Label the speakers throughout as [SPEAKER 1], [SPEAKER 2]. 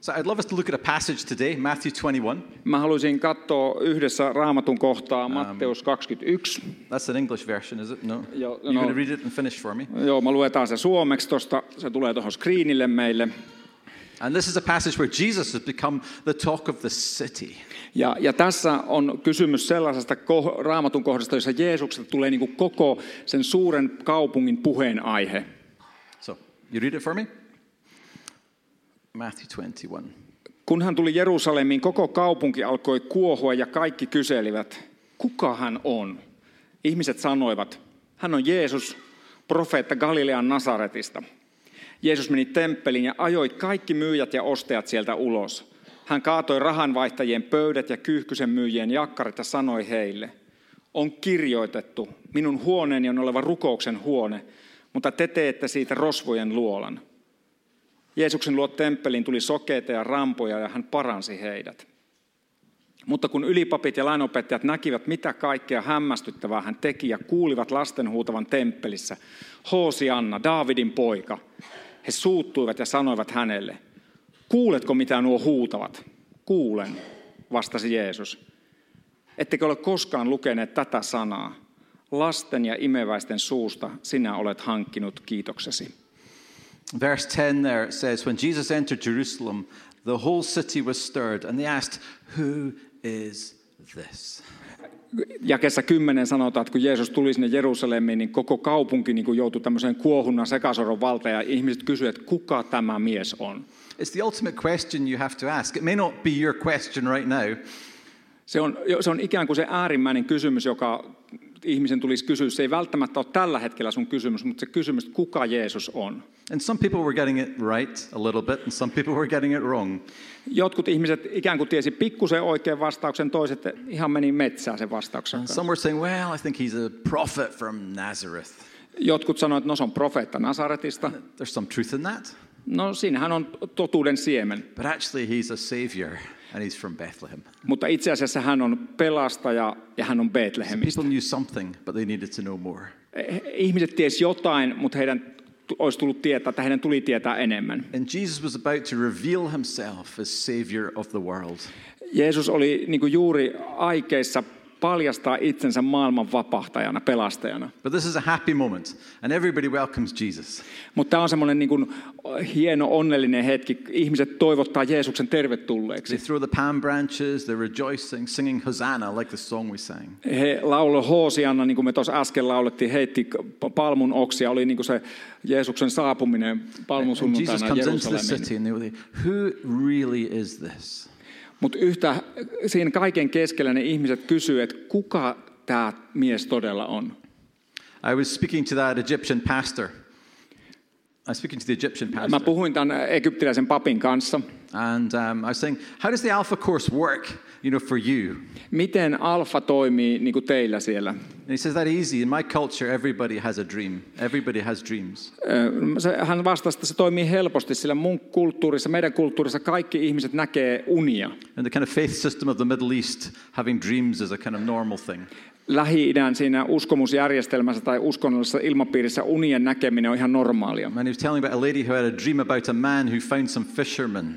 [SPEAKER 1] So I'd love us to look at a passage today, Matthew 21.
[SPEAKER 2] Mä haluaisin katsoa yhdessä raamatun kohtaa Matteus 21.
[SPEAKER 1] That's an English version, is it? No.
[SPEAKER 2] Yeah,
[SPEAKER 1] You're going
[SPEAKER 2] no.
[SPEAKER 1] to read it and finish for me.
[SPEAKER 2] Joo, mä luetaan se suomeksi tosta. Se tulee tuohon screenille meille.
[SPEAKER 1] And this is a passage where Jesus has become the talk of the city.
[SPEAKER 2] Ja, ja tässä on kysymys sellaisesta ko- raamatun kohdasta, jossa Jeesuksesta tulee niin kuin koko sen suuren kaupungin puheenaihe.
[SPEAKER 1] So you read it for me? Matthew 21.
[SPEAKER 2] Kun hän tuli Jerusalemiin, koko kaupunki alkoi kuohua ja kaikki kyselivät, kuka hän on? Ihmiset sanoivat, hän on Jeesus, profeetta Galilean Nasaretista. Jeesus meni temppeliin ja ajoi kaikki myyjät ja ostajat sieltä ulos. Hän kaatoi rahanvaihtajien pöydät ja kyyhkysen myyjien jakkarit ja sanoi heille, on kirjoitettu, minun huoneeni on oleva rukouksen huone, mutta te teette siitä rosvojen luolan. Jeesuksen luo temppeliin tuli sokeita ja rampoja ja hän paransi heidät. Mutta kun ylipapit ja lainopettajat näkivät, mitä kaikkea hämmästyttävää hän teki ja kuulivat lasten huutavan temppelissä, Hoosianna, Daavidin poika, he suuttuivat ja sanoivat hänelle, kuuletko mitä nuo huutavat? Kuulen, vastasi Jeesus. Ettekö ole koskaan lukeneet tätä sanaa? Lasten ja imeväisten suusta sinä olet hankkinut kiitoksesi.
[SPEAKER 1] Verse 10 there it says, When Jesus entered Jerusalem, the whole city was stirred, and they asked, Who is this?
[SPEAKER 2] jakessa 10 sanotaan, että kun Jeesus tuli sinne Jerusalemiin, niin koko kaupunki niin kuin joutui tämmöiseen kuohunnan sekasoron valtaan ja ihmiset kysyivät, että kuka tämä mies on.
[SPEAKER 1] It's the ultimate question you have to ask. It may not be your question right now,
[SPEAKER 2] Se on, se on ikään kuin se äärimmäinen kysymys, joka ihmisen tulisi kysyä. Se ei välttämättä ole tällä hetkellä sun kysymys, mutta se kysymys, että kuka Jeesus on.
[SPEAKER 1] And some people were getting it right a little bit, and some people were getting it wrong.
[SPEAKER 2] Jotkut ihmiset ikään kuin tiesi pikkusen oikean vastauksen, toiset ihan meni metsään sen vastauksen.
[SPEAKER 1] And some were saying, well, I think he's a prophet from Nazareth.
[SPEAKER 2] Jotkut sanoivat, että no se on profeetta Nasaretista.
[SPEAKER 1] There's some truth in that,
[SPEAKER 2] No siinähän on totuuden siemen.
[SPEAKER 1] but actually, he's a savior, and he's from Bethlehem.
[SPEAKER 2] Mutta itse asiassa hän on pelastaja ja hän on Betlehemistä.
[SPEAKER 1] People knew something, but they needed to know more.
[SPEAKER 2] Ihmiset ties jotain, mutta heidän t- olisi tullut tietää, tai heidän tuli tietää enemmän.
[SPEAKER 1] And Jesus was about to reveal himself as savior of the world.
[SPEAKER 2] Jeesus oli niin kuin juuri aikeissa paljastaa itsensä maailman vapahtajana, pelastajana.
[SPEAKER 1] But this is a happy moment, and everybody welcomes Jesus.
[SPEAKER 2] Mutta tämä on semmoinen niin kuin hieno, onnellinen hetki. Ihmiset toivottaa Jeesuksen tervetulleeksi.
[SPEAKER 1] They throw the palm branches, they're rejoicing, singing Hosanna, like the song we sang.
[SPEAKER 2] He lauloi Hoosianna, niin kuin me tuossa äsken laulettiin, heitti palmun oksia. Oli niin kuin se Jeesuksen saapuminen
[SPEAKER 1] And
[SPEAKER 2] palmun
[SPEAKER 1] Jesus
[SPEAKER 2] sunnuntaina
[SPEAKER 1] comes into the
[SPEAKER 2] Jerusalemiin.
[SPEAKER 1] city, and they were like, Who really is this?
[SPEAKER 2] Mutta yhtä siinä kaiken keskellä ne ihmiset kysyy, että kuka tämä mies todella on.
[SPEAKER 1] I was speaking to that Egyptian pastor. I was speaking to the Egyptian
[SPEAKER 2] Mä
[SPEAKER 1] pastor,
[SPEAKER 2] puhuin tämän egyptiläisen papin kanssa.
[SPEAKER 1] and um, I was saying, "How does the Alpha course work? You know, for you?"
[SPEAKER 2] Miten alfa toimii niin kuin teillä siellä?
[SPEAKER 1] And he says, "That easy. In my culture, everybody has a dream. Everybody has dreams.
[SPEAKER 2] Ö, se- Hän vastasi, että se toimii helposti, sillä mun kulttuurissa, meidän kulttuurissa kaikki ihmiset näkee unia.
[SPEAKER 1] And the kind of faith system of the Middle East, having dreams is a kind of normal thing.
[SPEAKER 2] Lähi-idän siinä uskomusjärjestelmässä tai uskonnollisessa ilmapiirissä unien näkeminen on ihan normaalia.
[SPEAKER 1] And he was telling about a lady who had a dream about a man who found some fishermen."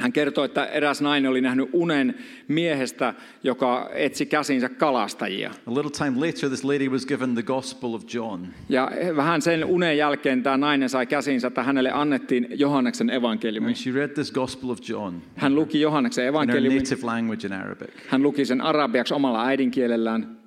[SPEAKER 2] Hän kertoi, että eräs nainen oli nähnyt unen miehestä, joka etsi käsinsä kalastajia.
[SPEAKER 1] A little time later, this lady was given the Gospel of John.
[SPEAKER 2] Ja vähän sen unen jälkeen tämä nainen sai käsinsä, että hänelle annettiin Johanneksen evankeliumi.
[SPEAKER 1] And she read this Gospel of John
[SPEAKER 2] Hän luki Johanneksen
[SPEAKER 1] in her
[SPEAKER 2] evankeliumin,
[SPEAKER 1] native language in Arabic.
[SPEAKER 2] hän luki sen arabiaksi omalla äidinkielellään.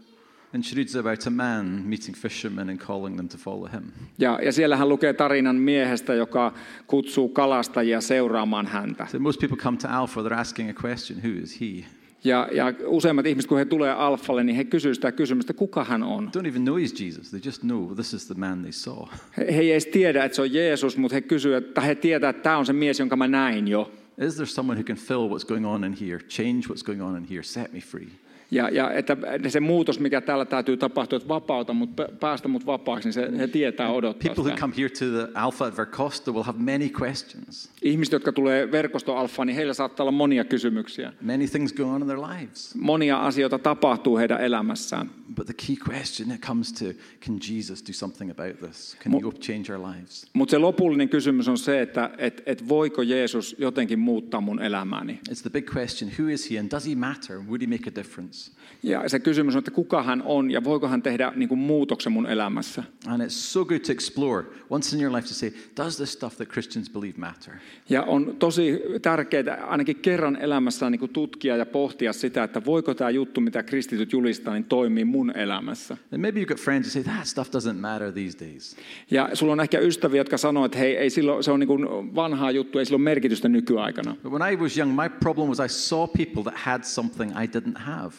[SPEAKER 1] And she reads about a man meeting fishermen and calling them to follow him.
[SPEAKER 2] Ja, ja siellä hän lukee tarinan miehestä, joka kutsuu kalastajia seuraamaan häntä.
[SPEAKER 1] So most people come to Alpha, they're asking a question who is he?
[SPEAKER 2] Ja, ja useimmat ihmiset, kun he tulee alfalle, niin he kysyvät sitä kysymystä, kuka hän on.
[SPEAKER 1] Don't even know he's Jesus, they just know this is the man they saw.
[SPEAKER 2] He, he ei edes tiedä, että se on Jeesus, mutta he kysyvät, että he tietää, että tämä on se mies, jonka mä näin jo.
[SPEAKER 1] Is there someone who can fill what's going on in here, change what's going on in here, set me free?
[SPEAKER 2] Ja, ja että se muutos, mikä täällä täytyy tapahtua, että vapauta mut, päästä mut vapaaksi, niin se, he tietää odottaa
[SPEAKER 1] People who
[SPEAKER 2] sitä.
[SPEAKER 1] come here to the Alpha at Vercosta will have many questions,
[SPEAKER 2] Ihmiset, jotka tulee verkostoalfaan, niin heillä saattaa olla monia kysymyksiä.
[SPEAKER 1] many things going on in their lives.
[SPEAKER 2] Monia asioita tapahtuu heidän elämässään.
[SPEAKER 1] But the key question that comes to can Jesus do something about this? Can you change our lives?
[SPEAKER 2] Mutta se lopullinen kysymys on se, että et, et voiko Jeesus jotenkin muuttaa mun elämääni.
[SPEAKER 1] It's the big question who is he and does he matter? Would he make a difference?
[SPEAKER 2] Ja se kysymys on, että kuka hän on ja voiko hän tehdä niin kuin, muutoksen mun elämässä.
[SPEAKER 1] And it's so good to explore once in your life to say, does this stuff that Christians believe matter?
[SPEAKER 2] Ja on tosi tärkeää ainakin kerran elämässään niin kuin tutkia ja pohtia sitä, että voiko tämä juttu, mitä kristityt julistaa, niin toimii mun elämässä.
[SPEAKER 1] And maybe you've got friends who say, that stuff doesn't matter these days.
[SPEAKER 2] Ja sulla on ehkä ystäviä, jotka sanoo, että hei, ei silloin, se on niin kuin vanhaa juttu, ei sillä ole merkitystä nykyaikana.
[SPEAKER 1] But when I was young, my problem was I saw people that had something I didn't have.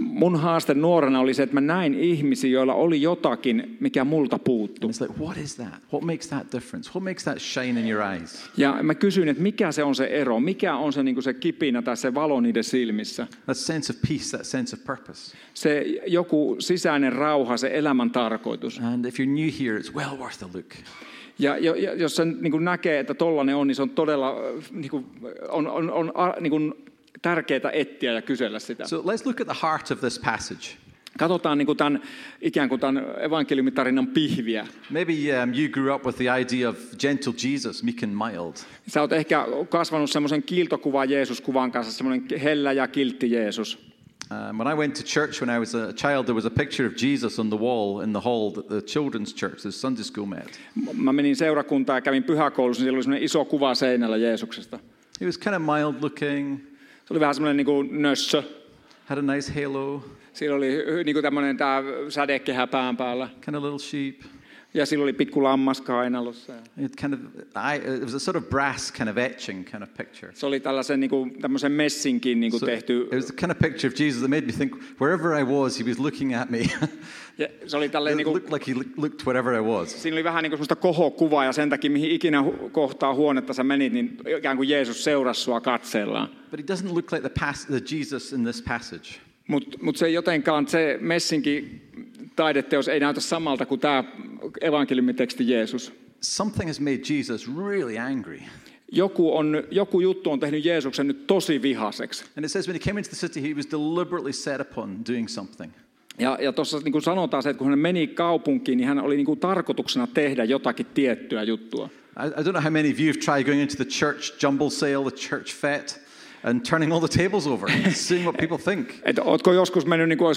[SPEAKER 2] Mun haaste nuorena oli se, että mä näin ihmisiä, joilla oli jotakin, mikä multa puuttu.
[SPEAKER 1] And it's like, what is that? What makes that difference? What makes that shine in your eyes?
[SPEAKER 2] Ja mä kysyin, että mikä se on se ero, mikä on se, niin kuin se kipinä tai se valo niiden silmissä.
[SPEAKER 1] That sense of peace, that sense of purpose.
[SPEAKER 2] Se joku sisäinen rauha, se elämän tarkoitus.
[SPEAKER 1] And if you're new here, it's well worth a look.
[SPEAKER 2] Ja jo- ja jos sen niin kuin näkee, että tollainen on, niin se on todella äh, niin kuin, on, on, on, a- niin kuin tärkeää etsiä ja kysellä sitä.
[SPEAKER 1] So let's look at the heart of this passage.
[SPEAKER 2] Katsotaan niin kuin tämän, ikään kuin tämän evankeliumitarinan pihviä.
[SPEAKER 1] Maybe um, you grew up with the idea of gentle Jesus, meek and mild.
[SPEAKER 2] Sä oot ehkä kasvanut semmoisen kiiltokuvan Jeesus-kuvan kanssa, semmoinen hellä ja kiltti Jeesus.
[SPEAKER 1] Um, when I went to church when I was a child, there was a picture of Jesus on the wall in the hall that the children's church, the Sunday school, met.
[SPEAKER 2] Mä menin seurakuntaan ja kävin pyhäkoulussa, niin siellä oli semmoinen iso kuva seinällä Jeesuksesta.
[SPEAKER 1] He was kind of mild looking,
[SPEAKER 2] Se oli vähän semmoinen niin kuin nössö.
[SPEAKER 1] had a nice halo,
[SPEAKER 2] Siinä oli niin kuin tämmöinen tämä sädekehä pään päällä.
[SPEAKER 1] kind of little sheep.
[SPEAKER 2] Ja sillä oli pikku lammas kainalossa. ja
[SPEAKER 1] It kind of, I, it was a sort of brass kind of etching kind of picture.
[SPEAKER 2] Se oli tällaisen niin kuin, tämmöisen messinkin niin kuin
[SPEAKER 1] So
[SPEAKER 2] tehty.
[SPEAKER 1] it was the kind of picture of Jesus that made me think wherever I was, he was looking at me.
[SPEAKER 2] Ja se oli tällainen,
[SPEAKER 1] it
[SPEAKER 2] niin kuin,
[SPEAKER 1] looked like he look- looked wherever I was.
[SPEAKER 2] siinä oli vähän niin kuin semmoista kohokuvaa ja sen takia mihin ikinä hu- kohtaa huonetta sä menit, niin ikään kuin Jeesus seurasi sua katsellaan.
[SPEAKER 1] But he doesn't look like the, pas- the Jesus in this passage.
[SPEAKER 2] Mutta mut se jotenkaan, se messinkin taideteos ei näytä samalta kuin tämä evankeliumiteksti Jeesus.
[SPEAKER 1] Something has made Jesus really angry.
[SPEAKER 2] Joku, on, joku juttu on tehnyt Jeesuksen nyt tosi vihaseksi.
[SPEAKER 1] And it says when he came into the city, he was deliberately set upon doing something.
[SPEAKER 2] Ja, ja tuossa niin sanotaan se, että kun hän meni kaupunkiin, niin hän oli niin kuin tarkoituksena tehdä jotakin tiettyä juttua.
[SPEAKER 1] I, I don't know how many of you have tried going into the church jumble sale, the church fete, and turning all the tables over, and seeing what people think.
[SPEAKER 2] Et ootko joskus mennyt niin kuin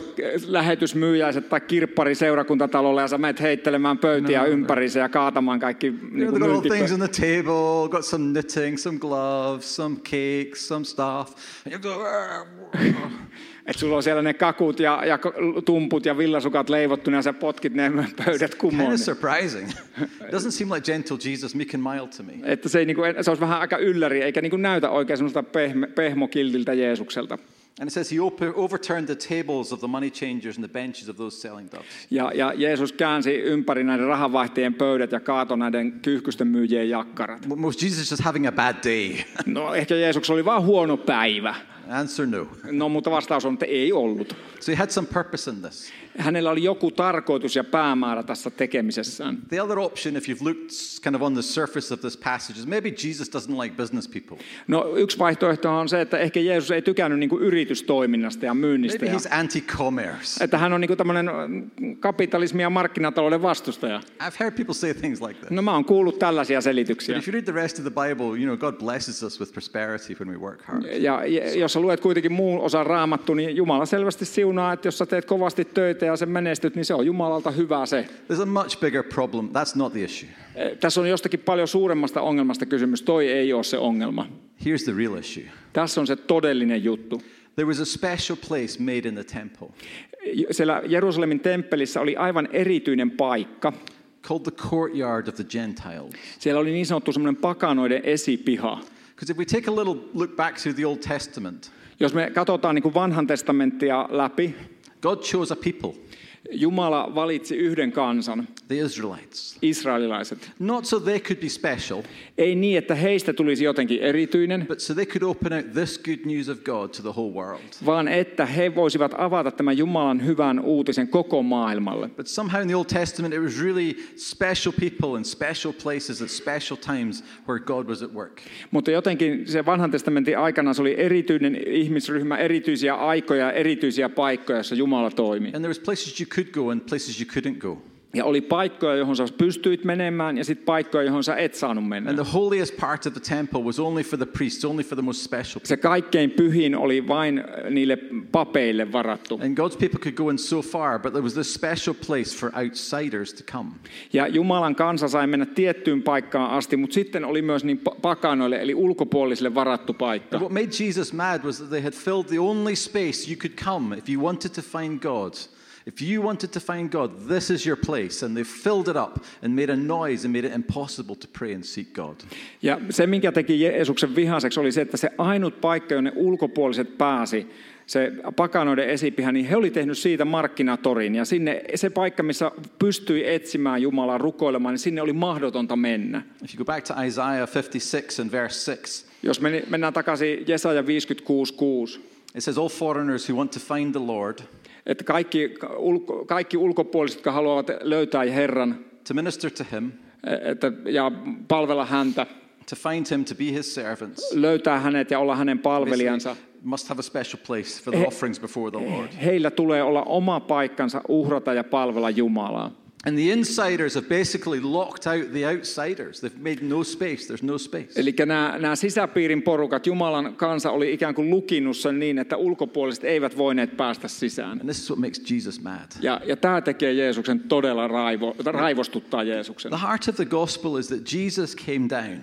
[SPEAKER 2] lähetysmyyjäiset tai kirppari seurakuntatalolle ja sä menet heittelemään pöytiä no, ympärinsä ja kaatamaan kaikki niin
[SPEAKER 1] You know,
[SPEAKER 2] kuin
[SPEAKER 1] they've got all things
[SPEAKER 2] myyntipö-
[SPEAKER 1] on the table, got some knitting, some gloves, some cakes, some stuff. And you go, "Arr, arr."
[SPEAKER 2] Et sulla on siellä ne kakut ja, ja k- tumput ja villasukat leivottuna ja sä potkit ne pöydät
[SPEAKER 1] kind
[SPEAKER 2] kumoon.
[SPEAKER 1] of surprising. It doesn't seem like gentle Jesus, meek and mild to me.
[SPEAKER 2] Että se, ei, niin kuin, se olisi vähän aika ylläri, eikä niin kuin näytä oikein semmoista pehme, pehmokiltiltä Jeesukselta.
[SPEAKER 1] And it says he op- overturned the tables of the money changers and the benches of those selling doves.
[SPEAKER 2] Ja, ja Jeesus käänsi ympäri näiden rahanvaihtajien pöydät ja kaatoi näiden kyyhkysten myyjien jakkarat.
[SPEAKER 1] Well, Most Jesus is just having a bad day.
[SPEAKER 2] No ehkä Jeesuksella oli vaan huono päivä.
[SPEAKER 1] Answer no.
[SPEAKER 2] No mutta vastaus on, että ei ollut.
[SPEAKER 1] So he had some purpose in this.
[SPEAKER 2] Hänellä oli joku tarkoitus ja päämäärä tässä tekemisessään.
[SPEAKER 1] The other option, if you've looked kind of on the surface of this passage, is maybe Jesus doesn't like business people.
[SPEAKER 2] No yksi vaihtoehto on se, että ehkä Jeesus ei tykännyt niin kuin yritystoiminnasta ja myynnistä.
[SPEAKER 1] Maybe
[SPEAKER 2] Ja,
[SPEAKER 1] he's anti commerce.
[SPEAKER 2] että hän on niin tämmöinen kapitalismin ja markkinatalouden vastustaja.
[SPEAKER 1] I've heard people say things like that.
[SPEAKER 2] No mä oon kuullut tällaisia selityksiä.
[SPEAKER 1] If you read the rest of the Bible, you know, God blesses us with prosperity when we work hard.
[SPEAKER 2] Ja je- jos sä luet kuitenkin muun osan raamattu, niin Jumala selvästi siunaa, että jos sä teet kovasti töitä ja sen menestyt, niin se on Jumalalta hyvä se.
[SPEAKER 1] There's a much bigger problem. That's not the issue.
[SPEAKER 2] Eh, Tässä on jostakin paljon suuremmasta ongelmasta kysymys. Toi ei ole se ongelma.
[SPEAKER 1] Here's the real issue
[SPEAKER 2] Tässä on se todellinen juttu.
[SPEAKER 1] there was a special place made in the temple
[SPEAKER 2] Siellä Jerusalemin temppelissä oli aivan erityinen paikka.
[SPEAKER 1] called the courtyard of the Gentiles.
[SPEAKER 2] Siellä oli niin sanottu semmoinen pakanoiden esipiha.
[SPEAKER 1] Because if we take a little look back through the Old Testament,
[SPEAKER 2] Jos me katsotaan niin kuin vanhan testamenttia läpi,
[SPEAKER 1] God chose a people.
[SPEAKER 2] Jumala valitsi yhden kansan,
[SPEAKER 1] the Israelites.
[SPEAKER 2] israelilaiset.
[SPEAKER 1] Not so they could be special,
[SPEAKER 2] Ei niin, että heistä tulisi jotenkin erityinen,
[SPEAKER 1] but so they could open out this good news of God to the whole world.
[SPEAKER 2] vaan että he voisivat avata tämän Jumalan hyvän uutisen koko maailmalle.
[SPEAKER 1] But somehow in the Old Testament, it was really special people in special places at special times where God was at work.
[SPEAKER 2] Mutta jotenkin se vanhan testamentin aikana se oli erityinen ihmisryhmä, erityisiä aikoja, erityisiä paikkoja, joissa Jumala toimi.
[SPEAKER 1] And there was places you could go and places you couldn't go.
[SPEAKER 2] Ja oli paikkoja, johon sä pystyit menemään ja sitten paikkoja, johon sä et saanut mennä.
[SPEAKER 1] And the holiest part of the temple was only for the priests, only for the most special.
[SPEAKER 2] Se kaikkein pyhin oli vain äh, niille papeille varattu.
[SPEAKER 1] And God's people could go in so far, but there was this special place for outsiders to come.
[SPEAKER 2] Ja Jumalan kansa sai mennä tiettyyn paikkaan asti, mutta sitten oli myös niin pa- pakanoille, eli ulkopuolisille varattu paikka.
[SPEAKER 1] And what made Jesus mad was that they had filled the only space you could come if you wanted to find God. If you wanted to find God, this is your place. And they filled it up and made a noise and made it impossible to pray and seek God.
[SPEAKER 2] Ja se, minkä teki Jeesuksen vihaseksi, oli se, että se ainut paikka, jonne ulkopuoliset pääsi, se pakanoiden esipiha, niin he oli tehnyt siitä markkinatorin. Ja sinne se paikka, missä pystyi etsimään Jumalaa rukoilemaan, niin sinne oli mahdotonta mennä.
[SPEAKER 1] If you go back to Isaiah 56 and verse 6,
[SPEAKER 2] Jos meni- mennään takaisin Jesaja 56.6,
[SPEAKER 1] it says, All foreigners who want to find the Lord,
[SPEAKER 2] että kaikki, ulko, kaikki ulkopuoliset, jotka haluavat löytää Herran e,
[SPEAKER 1] to minister to him,
[SPEAKER 2] että, ja palvella häntä,
[SPEAKER 1] to find him, to be his servants,
[SPEAKER 2] löytää hänet ja olla hänen palvelijansa,
[SPEAKER 1] basically must have a special place for the offerings before the Lord.
[SPEAKER 2] heillä tulee olla oma paikkansa uhrata ja palvella Jumalaa.
[SPEAKER 1] And the insiders have basically locked out the outsiders. They've made no space. There's no space.
[SPEAKER 2] Eli nämä, nämä sisäpiirin porukat, Jumalan kansa oli ikään kuin lukinnut sen niin, että ulkopuoliset eivät voineet päästä sisään.
[SPEAKER 1] And this is what makes Jesus mad.
[SPEAKER 2] Ja, ja tämä tekee Jeesuksen todella raivo, raivostuttaa Jeesuksen.
[SPEAKER 1] The heart of the gospel is that Jesus came down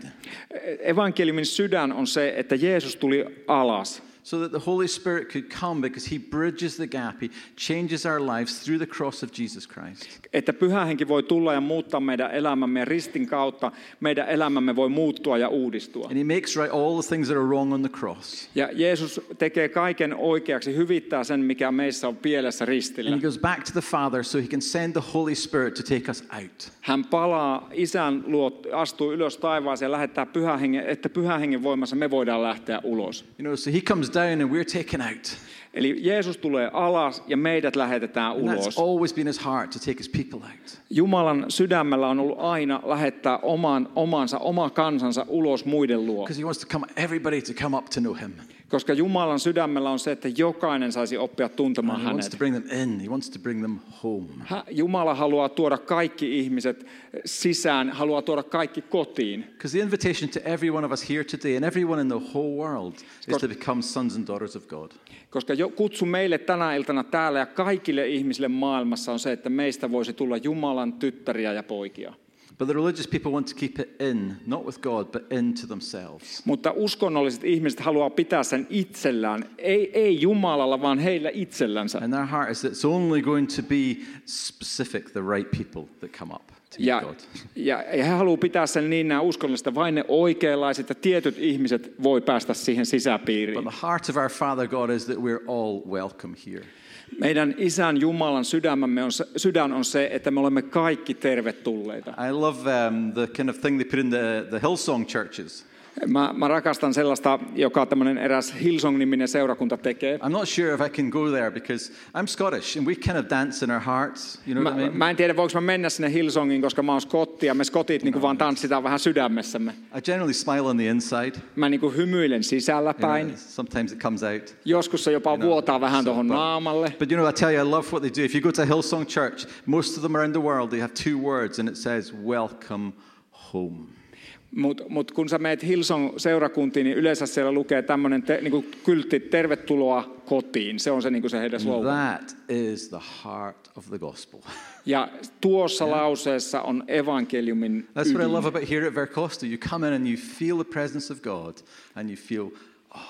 [SPEAKER 2] Evankeliumin sydän on se, että Jeesus tuli alas,
[SPEAKER 1] so that the Holy Spirit could come because he bridges the gap. He changes our lives through the cross of Jesus Christ.
[SPEAKER 2] että pyhä henki voi tulla ja muuttaa meidän elämämme ja ristin kautta meidän elämämme voi muuttua ja uudistua.
[SPEAKER 1] And he makes right all the things that are wrong on the cross.
[SPEAKER 2] Ja Jeesus tekee kaiken oikeaksi, hyvittää sen, mikä meissä on pielessä
[SPEAKER 1] And
[SPEAKER 2] ristillä.
[SPEAKER 1] he goes back to the Father so he can send the Holy Spirit to take us out.
[SPEAKER 2] Hän palaa isän luo, astuu ylös taivaaseen ja lähettää pyhän hengen, että pyhän hengen voimassa me voidaan lähteä ulos.
[SPEAKER 1] You know, so he comes down and we're taken out.
[SPEAKER 2] Eli Jeesus tulee alas ja meidät lähetetään
[SPEAKER 1] And that's
[SPEAKER 2] ulos.
[SPEAKER 1] always been his heart to take his people out.
[SPEAKER 2] Jumalan sydämellä on ollut aina lähettää oman, omansa, oma kansansa ulos muiden luo.
[SPEAKER 1] Because he wants to come everybody to come up to know him.
[SPEAKER 2] Koska Jumalan sydämellä on se, että jokainen saisi oppia tuntemaan
[SPEAKER 1] And he wants
[SPEAKER 2] hänet.
[SPEAKER 1] to bring them in. He wants to bring them home.
[SPEAKER 2] Hä- Jumala haluaa tuoda kaikki ihmiset sisään, haluaa tuoda kaikki kotiin.
[SPEAKER 1] Because the invitation to every one of us here today and everyone in the whole world is
[SPEAKER 2] Scott-
[SPEAKER 1] to become sons and daughters of God.
[SPEAKER 2] Koska jo, kutsu meille tänä iltana täällä ja kaikille ihmisille maailmassa on se, että meistä voisi tulla Jumalan tyttäriä ja poikia.
[SPEAKER 1] But the religious people want to keep it in, not with God, but in to themselves.
[SPEAKER 2] Mutta uskonnolliset ihmiset haluaa pitää sen itsellään, ei, ei Jumalalla, vaan heillä itsellänsä.
[SPEAKER 1] And their heart is that it's only going to be specific, the right people that come up to meet
[SPEAKER 2] Ja,
[SPEAKER 1] God.
[SPEAKER 2] ja, ja he haluaa pitää sen niin nämä uskonnolliset, että vain ne oikeanlaiset ja tietyt ihmiset voi päästä siihen
[SPEAKER 1] But
[SPEAKER 2] sisäpiiriin.
[SPEAKER 1] the heart of our Father God is that we're all welcome here.
[SPEAKER 2] Meidän isän Jumalan sydämemme on, se- sydän on se, että me olemme kaikki tervetulleita.
[SPEAKER 1] I love um, the kind of thing they put in the, the Hillsong churches.
[SPEAKER 2] Mä, mä rakastan sellaista, joka tämmöinen eräs Hillsong-niminen seurakunta tekee.
[SPEAKER 1] I'm not sure if I can go there because I'm Scottish and we kind of dance in our hearts. You know what I
[SPEAKER 2] Mä,
[SPEAKER 1] mean?
[SPEAKER 2] mä en tiedä, voinko mä mennä sinne Hillsongiin, koska mä oon skotti ja me skotit niin vaan tanssitaan vähän sydämessämme.
[SPEAKER 1] I generally smile on the inside.
[SPEAKER 2] Mä niin kuin hymyilen sisällä
[SPEAKER 1] you know,
[SPEAKER 2] päin.
[SPEAKER 1] sometimes it comes out.
[SPEAKER 2] Joskus se jopa vuotaa vähän
[SPEAKER 1] so,
[SPEAKER 2] tuohon
[SPEAKER 1] but-
[SPEAKER 2] naamalle.
[SPEAKER 1] But you know, I tell you, I love what they do. If you go to Hillsong Church, most of them around the world, they have two words and it says, Welcome home.
[SPEAKER 2] Mutta mut kun sä meet Hillsong-seurakuntiin, niin yleensä siellä lukee tämmöinen te, niin kuin kyltti, tervetuloa kotiin. Se on se, niin kuin se heidän slogan.
[SPEAKER 1] That is the heart of the gospel.
[SPEAKER 2] Ja tuossa lauseessa on evankeliumin
[SPEAKER 1] That's what I love about here at Vercosta. You come in and you feel the presence of God and you feel, oh,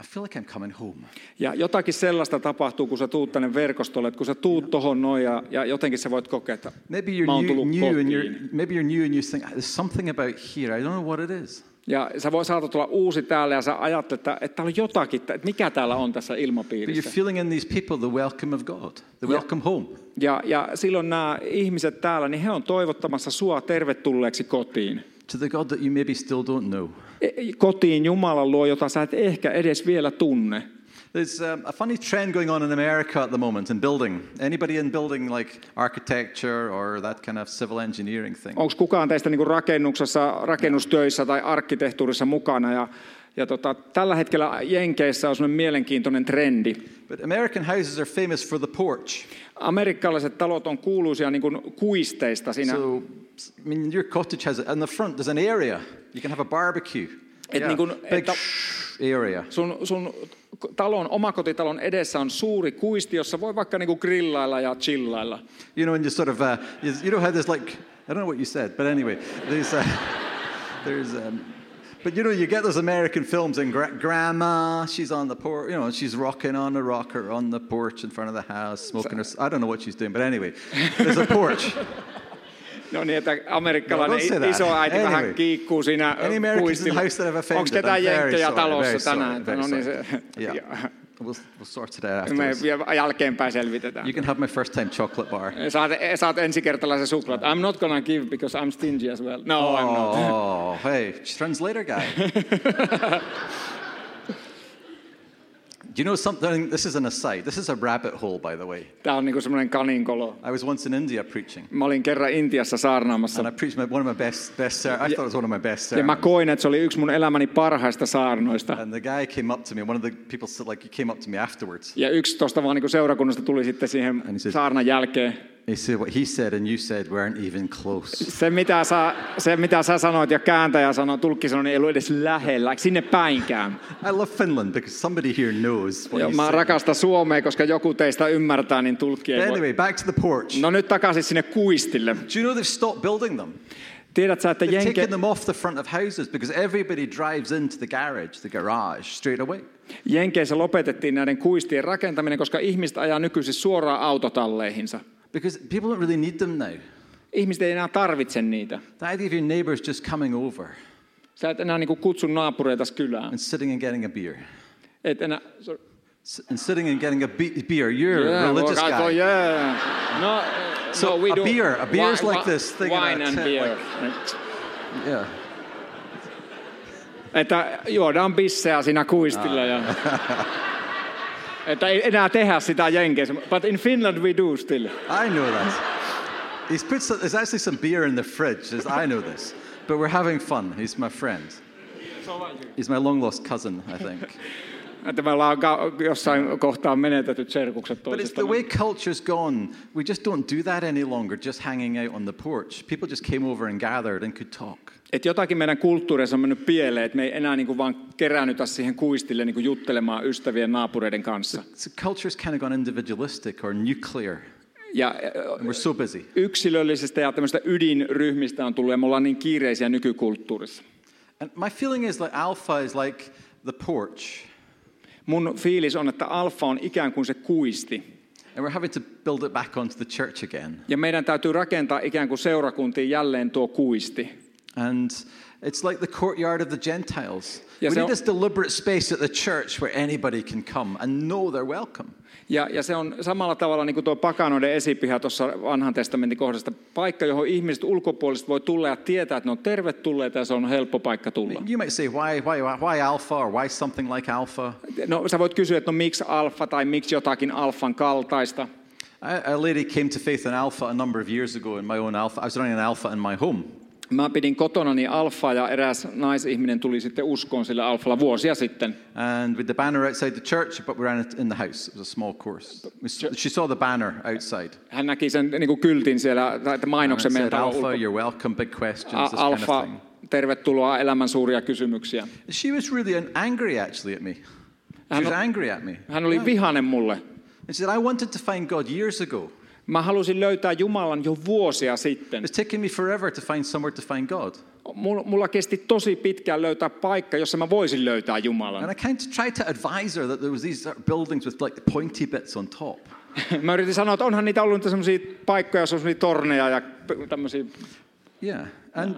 [SPEAKER 1] I feel like I'm coming home.
[SPEAKER 2] Ja jotakin sellaista tapahtuu, kun sä tuut tänne verkostolle, että kun sä tuut tohon noin ja, ja jotenkin sä voit kokea, että
[SPEAKER 1] Maybe you're
[SPEAKER 2] mä oon
[SPEAKER 1] new,
[SPEAKER 2] tullut
[SPEAKER 1] new and you're,
[SPEAKER 2] kotiin.
[SPEAKER 1] maybe you're new and you think there's something about here. I don't know what it is.
[SPEAKER 2] Ja sä voi saada tulla uusi täällä ja sä ajattelet, että, että täällä on jotakin, että mikä täällä on tässä
[SPEAKER 1] But you're
[SPEAKER 2] ilmapiirissä.
[SPEAKER 1] feeling in these people the welcome of God, the welcome home.
[SPEAKER 2] Ja, ja silloin nämä ihmiset täällä, niin he on toivottamassa sua tervetulleeksi kotiin.
[SPEAKER 1] to the God that you maybe still don't know.
[SPEAKER 2] E- Kotiin Jumalan luo, jota sä et ehkä edes vielä tunne.
[SPEAKER 1] There's um, a funny trend going on in America at the moment in building. Anybody in building, like architecture or that kind of civil engineering thing?
[SPEAKER 2] Onko kukaan teistä niin rakennuksessa, rakennustöissä tai arkkitehtuurissa mukana? Ja, ja tota, tällä hetkellä Jenkeissä on sellainen mielenkiintoinen trendi.
[SPEAKER 1] But American houses are famous for the porch.
[SPEAKER 2] Amerikkalaiset talot on kuuluisia niin kuin kuisteista. Siinä,
[SPEAKER 1] So, I mean, your cottage has it. In the front, there's an area. You can have a barbecue.
[SPEAKER 2] Et niin kuin-
[SPEAKER 1] big
[SPEAKER 2] että-
[SPEAKER 1] area.
[SPEAKER 2] sun, sun talon, omakotitalon edessä on suuri kuisti, jossa voi vaikka niin kuin grillailla ja chillailla.
[SPEAKER 1] You know, and you sort of, uh, you, you know how there's like, I don't know what you said, but anyway, there's, uh, there's, um, but you know, you get those American films and gra- grandma, she's on the porch, you know, she's rocking on a rocker on the porch in front of the house, smoking her, s- I don't know what she's doing, but anyway, there's a porch.
[SPEAKER 2] Oh, No niin, että amerikkalainen
[SPEAKER 1] No, don't say that.
[SPEAKER 2] iso äiti anyway.
[SPEAKER 1] Anyway.
[SPEAKER 2] vähän kiikkuu siinä
[SPEAKER 1] Any Americans in the
[SPEAKER 2] kuistilla.
[SPEAKER 1] house that have offended?
[SPEAKER 2] Onko ketään
[SPEAKER 1] I'm very
[SPEAKER 2] jenkkejä
[SPEAKER 1] sorry, very
[SPEAKER 2] talossa
[SPEAKER 1] sorry,
[SPEAKER 2] tänään?
[SPEAKER 1] very
[SPEAKER 2] no niin,
[SPEAKER 1] sorry.
[SPEAKER 2] se,
[SPEAKER 1] Yeah. We'll, we'll sort it out
[SPEAKER 2] me
[SPEAKER 1] afterwards.
[SPEAKER 2] vielä jälkeenpäin selvitetään.
[SPEAKER 1] You can have my first time chocolate bar.
[SPEAKER 2] Saat, saat ensikertalaisen suklaat. I'm not gonna give because I'm stingy as well. No, oh. I'm not.
[SPEAKER 1] Oh, hey, translator guy. Do you know something? This is an aside. This is a rabbit hole, by the way.
[SPEAKER 2] Tää on niinku semmoinen kaninkolo.
[SPEAKER 1] I was once in India preaching,
[SPEAKER 2] Mä olin kerran Intiassa saarnaamassa.
[SPEAKER 1] and I preached my, one of my best best ser- I thought it was one of my best
[SPEAKER 2] Ja mä
[SPEAKER 1] sermons.
[SPEAKER 2] koin, että se oli yksi mun elämäni parhaista saarnoista.
[SPEAKER 1] And the guy came up to me. One of the people said, like, he came up to me afterwards.
[SPEAKER 2] Ja yksi tuosta vaan niinku seurakunnasta tuli sitten siihen
[SPEAKER 1] Ai niin se-
[SPEAKER 2] saarnan jälkeen.
[SPEAKER 1] He said, "What he said and you said weren't even close."
[SPEAKER 2] Se mitä, sä, se, mitä sä sanoit ja kääntäjä sanoi, tulkki sanoi, niin ei ollut edes lähellä, sinne päinkään.
[SPEAKER 1] I love Finland because somebody here knows what
[SPEAKER 2] Ja
[SPEAKER 1] he
[SPEAKER 2] mä
[SPEAKER 1] said.
[SPEAKER 2] rakastan Suomea, koska joku teistä ymmärtää, niin tulkki ei voi.
[SPEAKER 1] Anyway, back to the porch.
[SPEAKER 2] No nyt takaisin sinne kuistille.
[SPEAKER 1] Do you know they've stopped building them?
[SPEAKER 2] Tiedät sä, että
[SPEAKER 1] They've
[SPEAKER 2] Jenke,
[SPEAKER 1] taken them off the front of houses because everybody drives into the garage, the garage, straight away.
[SPEAKER 2] Jenkeissä lopetettiin näiden kuistien rakentaminen, koska ihmiset ajaa nykyisin suoraan autotalleihinsa.
[SPEAKER 1] Because people don't really need them now.
[SPEAKER 2] Ihmiset ei enää tarvitse niitä.
[SPEAKER 1] The idea of your neighbours just coming over
[SPEAKER 2] Sä et enää niinku kutsu naapureita kylään.
[SPEAKER 1] and sitting and getting a beer.
[SPEAKER 2] Et enää... sorry.
[SPEAKER 1] S- And sitting and getting a be- beer. You're a religious
[SPEAKER 2] well, I thought,
[SPEAKER 1] guy.
[SPEAKER 2] yeah. No, uh,
[SPEAKER 1] So
[SPEAKER 2] no, we
[SPEAKER 1] a
[SPEAKER 2] do-
[SPEAKER 1] beer- a beer is
[SPEAKER 2] wi-
[SPEAKER 1] like
[SPEAKER 2] wi-
[SPEAKER 1] this thing in
[SPEAKER 2] Wine
[SPEAKER 1] a
[SPEAKER 2] and
[SPEAKER 1] tent,
[SPEAKER 2] beer.
[SPEAKER 1] Yeah.
[SPEAKER 2] Että juodaan bissejä siinä kuistilla. Ja... Että ei enää tehdä sitä Jenkeissä. But in Finland we do still.
[SPEAKER 1] I know that. He's put some, there's actually some beer in the fridge. There's- I know this. But we're having fun. He's my friend. He's my long lost cousin, I think.
[SPEAKER 2] Että me ollaan ka- jossain kohtaa menetetyt serkukset
[SPEAKER 1] But it's the
[SPEAKER 2] toisistamme.
[SPEAKER 1] way culture's gone. We just don't do that any longer, just hanging out on the porch. People just came over and gathered and could talk.
[SPEAKER 2] Et jotakin meidän kulttuurissa on mennyt pieleen, että me ei enää niinku vaan keräännytä siihen kuistille niinku juttelemaan ystävien naapureiden kanssa.
[SPEAKER 1] So culture's kind of gone individualistic or nuclear,
[SPEAKER 2] Ja
[SPEAKER 1] and we're so busy.
[SPEAKER 2] yksilöllisestä ja tämmöistä ydinryhmistä on tullut, ja me ollaan niin kiireisiä nykykulttuurissa.
[SPEAKER 1] And my feeling is that alpha is like the porch,
[SPEAKER 2] Mun fiilis on, että alfa on ikään kuin se kuisti.
[SPEAKER 1] and we're having to build it back onto the church again.
[SPEAKER 2] Ja meidän täytyy rakentaa ikään kuin seurakuntiin jälleen tuo kuisti.
[SPEAKER 1] And it's like the courtyard of the Gentiles.
[SPEAKER 2] Yeah,
[SPEAKER 1] we
[SPEAKER 2] so-
[SPEAKER 1] need this deliberate space at the church where anybody can come and know they're welcome.
[SPEAKER 2] Ja, ja se on samalla tavalla niin kuin tuo pakanoiden esipiha tuossa vanhan testamentin kohdasta. Paikka, johon ihmiset ulkopuoliset voi tulla ja tietää, että ne on tervetulleita ja se on helppo paikka tulla.
[SPEAKER 1] You might say, why, why, why, why alpha or why something like alpha?
[SPEAKER 2] No sä voit kysyä, että no miksi alfa tai miksi jotakin alfan kaltaista.
[SPEAKER 1] I, a lady came to faith in Alpha a number of years ago in my own Alpha. I was running an Alpha in my home.
[SPEAKER 2] Mä pidin kotonani alfaa ja eräs naisihminen tuli sitten uskoon sillä alfalla vuosia sitten.
[SPEAKER 1] And with the banner outside the church, but we ran it in the house. It was a small course. We s- She saw the banner outside.
[SPEAKER 2] Hän näki sen niin kuin kyltin siellä, tai
[SPEAKER 1] And
[SPEAKER 2] että mainoksen
[SPEAKER 1] it
[SPEAKER 2] meidän
[SPEAKER 1] said,
[SPEAKER 2] talon ulko-
[SPEAKER 1] Alpha, you're welcome, big questions,
[SPEAKER 2] A-
[SPEAKER 1] this kind of
[SPEAKER 2] Alfa,
[SPEAKER 1] thing.
[SPEAKER 2] tervetuloa elämän suuria kysymyksiä.
[SPEAKER 1] She was really an- angry, actually, at me. She
[SPEAKER 2] Hän
[SPEAKER 1] was
[SPEAKER 2] o-
[SPEAKER 1] angry at me.
[SPEAKER 2] Hän oli vihanen mulle.
[SPEAKER 1] And she said, I wanted to find God years ago.
[SPEAKER 2] Mä halusin löytää Jumalan jo vuosia sitten.
[SPEAKER 1] It's taken me forever to find somewhere to find God.
[SPEAKER 2] Mul- Mulla kesti tosi pitkään löytää paikka, jossa mä voisin löytää Jumalan.
[SPEAKER 1] And I kind of tried to advise her that there was these sort of buildings with like the pointy bits on top.
[SPEAKER 2] Mä yritin sanoa, että onhan niitä ollut niitä sellaisia paikkoja, jossa on sellaisia torneja ja p- tämmöisiä.
[SPEAKER 1] Yeah. And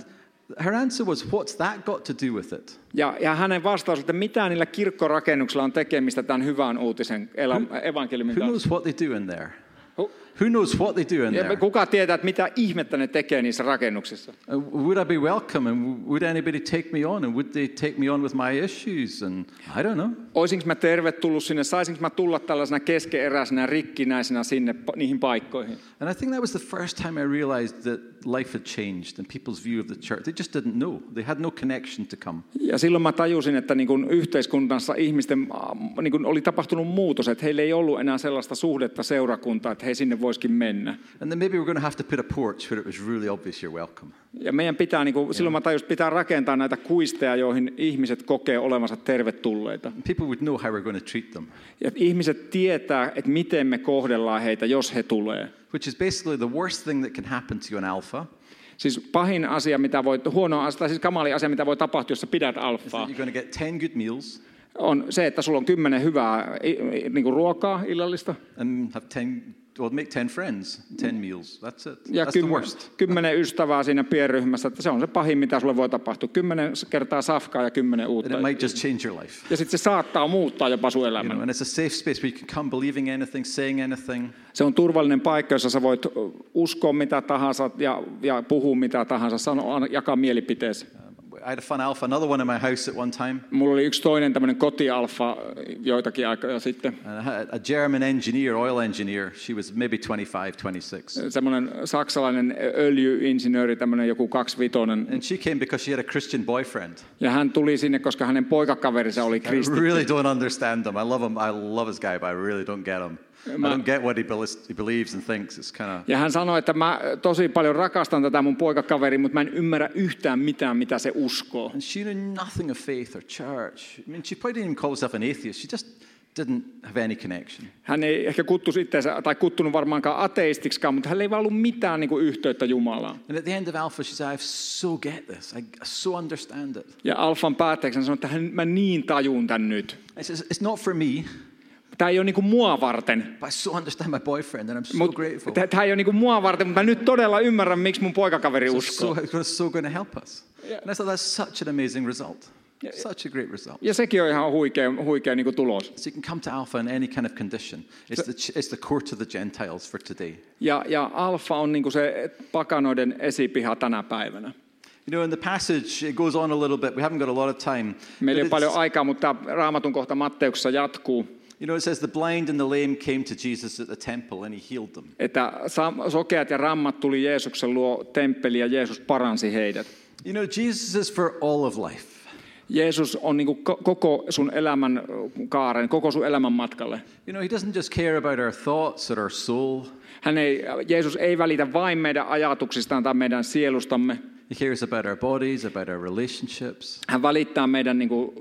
[SPEAKER 1] her answer was, what's that got to do with it?
[SPEAKER 2] Ja, ja hänen vastaus, oli, että mitä niillä kirkkorakennuksilla on tekemistä tämän hyvän uutisen elä- evankeliumin
[SPEAKER 1] Who
[SPEAKER 2] kanssa.
[SPEAKER 1] knows what they do in there?
[SPEAKER 2] Huh?
[SPEAKER 1] Who knows what they do in
[SPEAKER 2] Ja
[SPEAKER 1] there?
[SPEAKER 2] Kuka tietää, että mitä ihmettä ne tekee niissä rakennuksissa?
[SPEAKER 1] Uh, Would I be welcome? And would anybody take me on? And would they take me on with my issues? And I don't know.
[SPEAKER 2] Oisinko mä tervetullut sinne? Saisinko mä tulla tällaisena keskeeräisenä rikkinäisenä sinne pa- niihin paikkoihin?
[SPEAKER 1] And I think that was the first time I realized that life had changed and people's view of the church. They just didn't know. They had no connection to come.
[SPEAKER 2] Ja silloin mä tajusin, että niin kuin yhteiskunnassa ihmisten ähm, niin kuin oli tapahtunut muutos, että heillä ei ollut enää sellaista suhdetta seurakuntaa, että he sinne voisikin mennä.
[SPEAKER 1] And then maybe we're going to have to put a porch where it was really obvious you're welcome.
[SPEAKER 2] Ja meidän pitää, niin kuin, silloin mä tajusin, että pitää rakentaa näitä kuisteja, joihin ihmiset kokee olevansa tervetulleita.
[SPEAKER 1] And people would know how we're going to treat them,
[SPEAKER 2] Ja ihmiset tietää, että miten me kohdellaan heitä, jos he tulee.
[SPEAKER 1] which is basically the worst thing that can happen to you in Alpha.
[SPEAKER 2] Siis pahin asia, mitä voi, huono asia, tai siis kamali asia, mitä voi tapahtua, jos sä pidät
[SPEAKER 1] Is that
[SPEAKER 2] alfaa,
[SPEAKER 1] you're going to get 10 good meals
[SPEAKER 2] on se, että sulla on kymmenen hyvää niin kuin ruokaa illallista.
[SPEAKER 1] and have 10, well, make 10 friends, 10 meals. That's it.
[SPEAKER 2] Ja
[SPEAKER 1] That's the
[SPEAKER 2] kymmen,
[SPEAKER 1] worst.
[SPEAKER 2] kymmenen ystävää siinä pienryhmässä, että se on se pahin, mitä sulle voi tapahtua. Kymmenen kertaa safkaa ja kymmenen
[SPEAKER 1] And it
[SPEAKER 2] uutta.
[SPEAKER 1] might just change your life.
[SPEAKER 2] Ja sitten se saattaa muuttaa jopa sun
[SPEAKER 1] You
[SPEAKER 2] elämän.
[SPEAKER 1] know, and it's a safe space where you can come believing anything, saying anything.
[SPEAKER 2] Se on turvallinen paikka, jossa sä voit uskoa mitä tahansa ja, ja puhua mitä tahansa, sanoa, jakaa mielipiteesi.
[SPEAKER 1] I had a fun Alpha, another one in my house at one time.
[SPEAKER 2] Mulla oli yksi toinen tämmöinen kotialfa joitakin aikoja sitten.
[SPEAKER 1] And Uh, I had a German engineer, oil engineer, she was maybe 25, 26.
[SPEAKER 2] Semmoinen saksalainen öljyinsinööri, tämmöinen joku kaksivitonen.
[SPEAKER 1] And she came because she had a Christian boyfriend.
[SPEAKER 2] Ja hän tuli sinne, koska hänen poikakaverinsa oli
[SPEAKER 1] I
[SPEAKER 2] kristi.
[SPEAKER 1] really don't understand him. I love him. I love his guy, but I really don't get him. I don't get what he, belis- he believes and thinks. It's kind of.
[SPEAKER 2] Ja hän sanoi, että mä tosi paljon rakastan tätä mun poikakaveria, mutta mä en ymmärrä yhtään mitään, mitä se uskoo.
[SPEAKER 1] And she knew nothing of faith or church. I mean, she probably didn't even call herself an atheist. She just didn't have any connection.
[SPEAKER 2] Hän ei ehkä kuttusi itseensä, tai kuttunut varmaankaan ateistiksikaan, mutta hänellä ei vaan ollut mitään niin kuin, yhteyttä Jumalaan.
[SPEAKER 1] And at the end of Alpha, she said, I so get this. I I so understand it.
[SPEAKER 2] Ja Alfan päätteeksi hän sanoi, että hän, mä niin tajun tän nyt.
[SPEAKER 1] I says, It's not for me,
[SPEAKER 2] Tämä ei ole niin kuin mua varten.
[SPEAKER 1] but I so understand my boyfriend, and I'm so
[SPEAKER 2] Mut,
[SPEAKER 1] grateful.
[SPEAKER 2] tämä ei ole niinku mua varten, mutta mä nyt todella ymmärrän, miksi mun poikakaveri
[SPEAKER 1] It's so,
[SPEAKER 2] uskoo.
[SPEAKER 1] it's so going to help us.
[SPEAKER 2] Yeah.
[SPEAKER 1] And I thought that's such an amazing result. Such a great result.
[SPEAKER 2] Ja sekin on ihan huikea, huikea niinku tulos.
[SPEAKER 1] So you can come to Alpha in any kind of condition. It's, the, ch- it's the court of the Gentiles for today.
[SPEAKER 2] Ja, ja alfa on niinku se pakanoiden esipiha tänä päivänä.
[SPEAKER 1] You know, in the passage, it goes on a little bit. We haven't got a lot of time.
[SPEAKER 2] Meillä ei ole
[SPEAKER 1] But
[SPEAKER 2] paljon
[SPEAKER 1] it's-
[SPEAKER 2] aikaa, mutta tämä raamatun kohta Matteuksessa jatkuu,
[SPEAKER 1] you know, it says the blind and the lame came to Jesus at the temple and he healed them.
[SPEAKER 2] että sam- sokeat ja rammat tuli Jeesuksen luo temppeliin ja Jeesus paransi heidät.
[SPEAKER 1] You know, Jesus is for all of life.
[SPEAKER 2] Jeesus on niinku ko- koko sun elämän kaaren, koko sun elämän matkalle.
[SPEAKER 1] You know, he doesn't just care about our thoughts or our soul.
[SPEAKER 2] Hän ei, Jeesus ei välitä vain meidän ajatuksistaan tai meidän sielustamme,
[SPEAKER 1] He cares about our bodies, about our relationships.
[SPEAKER 2] Hän välittää meidän niin kuin,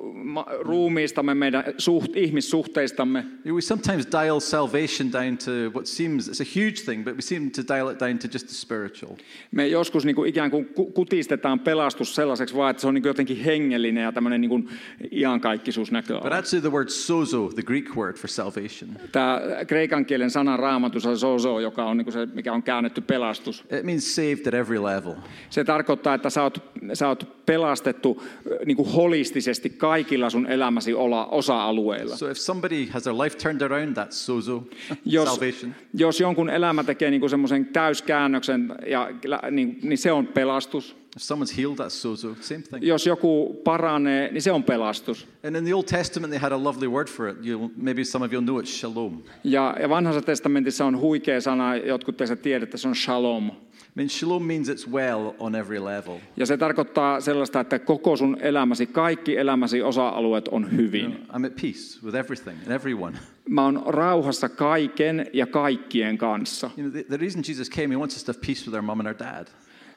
[SPEAKER 2] ruumiistamme, meidän suht, ihmissuhteistamme.
[SPEAKER 1] You know, we sometimes dial salvation down to what seems, it's a huge thing, but we seem to dial it down to just the spiritual.
[SPEAKER 2] Me joskus niin kuin, ikään kuin ku- kutistetaan pelastus sellaiseksi vaan, että se on niin kuin, jotenkin hengellinen ja tämmöinen niin kuin, iankaikkisuus
[SPEAKER 1] But
[SPEAKER 2] näköala.
[SPEAKER 1] actually, the word sozo, the Greek word for salvation,
[SPEAKER 2] Tämä kreikan kielen sana raamatussa on sozo, joka on niin kuin se, mikä on käännetty pelastus.
[SPEAKER 1] it means saved at every level.
[SPEAKER 2] Se tarkoittaa, että sä oot, sä oot pelastettu niin kuin holistisesti kaikilla sun elämäsi ola, osa-alueilla.
[SPEAKER 1] So if somebody has their life turned around, that's sozo,
[SPEAKER 2] Jos,
[SPEAKER 1] salvation.
[SPEAKER 2] jos jonkun elämä tekee niin kuin semmoisen täyskäännöksen, ja, niin, niin se on pelastus.
[SPEAKER 1] If someone's healed, that's sozo, same thing.
[SPEAKER 2] jos joku paranee, niin se on pelastus.
[SPEAKER 1] And in the Old Testament, they had a lovely word for it. You'll, maybe some of you'll know it, shalom.
[SPEAKER 2] Ja, ja vanhassa testamentissa on huikea sana, jotkut teistä tiedätte, se on shalom.
[SPEAKER 1] I mean, shalom means it's well on every level.
[SPEAKER 2] Ja se tarkoittaa sellaista, että koko sun elämäsi, kaikki elämäsi osa-alueet on hyvin.
[SPEAKER 1] I'm at peace with everything and everyone.
[SPEAKER 2] Mä oon rauhassa kaiken ja kaikkien kanssa.
[SPEAKER 1] You know, the, the reason Jesus came, he wants us to have peace with our mum and our dad.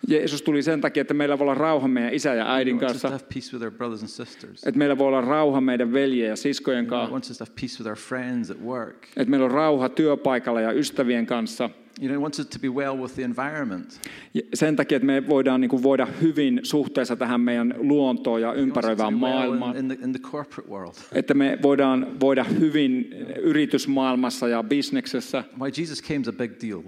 [SPEAKER 2] Jeesus tuli sen takia, että meillä voi olla rauha meidän isä ja
[SPEAKER 1] He
[SPEAKER 2] äidin
[SPEAKER 1] wants us to
[SPEAKER 2] kanssa.
[SPEAKER 1] have peace with our brothers and sisters.
[SPEAKER 2] Että meillä voi olla rauha meidän veljen ja siskojen
[SPEAKER 1] He
[SPEAKER 2] kanssa.
[SPEAKER 1] wants us to have peace with our friends at work.
[SPEAKER 2] Että meillä on rauha työpaikalla ja ystävien kanssa.
[SPEAKER 1] You know, He wants us to be well with the environment.
[SPEAKER 2] Ja Sen takia, että me voidaan niin kuin voida hyvin suhteessa tähän meidän luontoon ja
[SPEAKER 1] He wants us to
[SPEAKER 2] ympäröivään
[SPEAKER 1] be well in,
[SPEAKER 2] maailmaan.
[SPEAKER 1] in, the, in the corporate world.
[SPEAKER 2] Että me voidaan voida hyvin yritysmaailmassa ja bisneksessä.
[SPEAKER 1] Why Jesus came is a big deal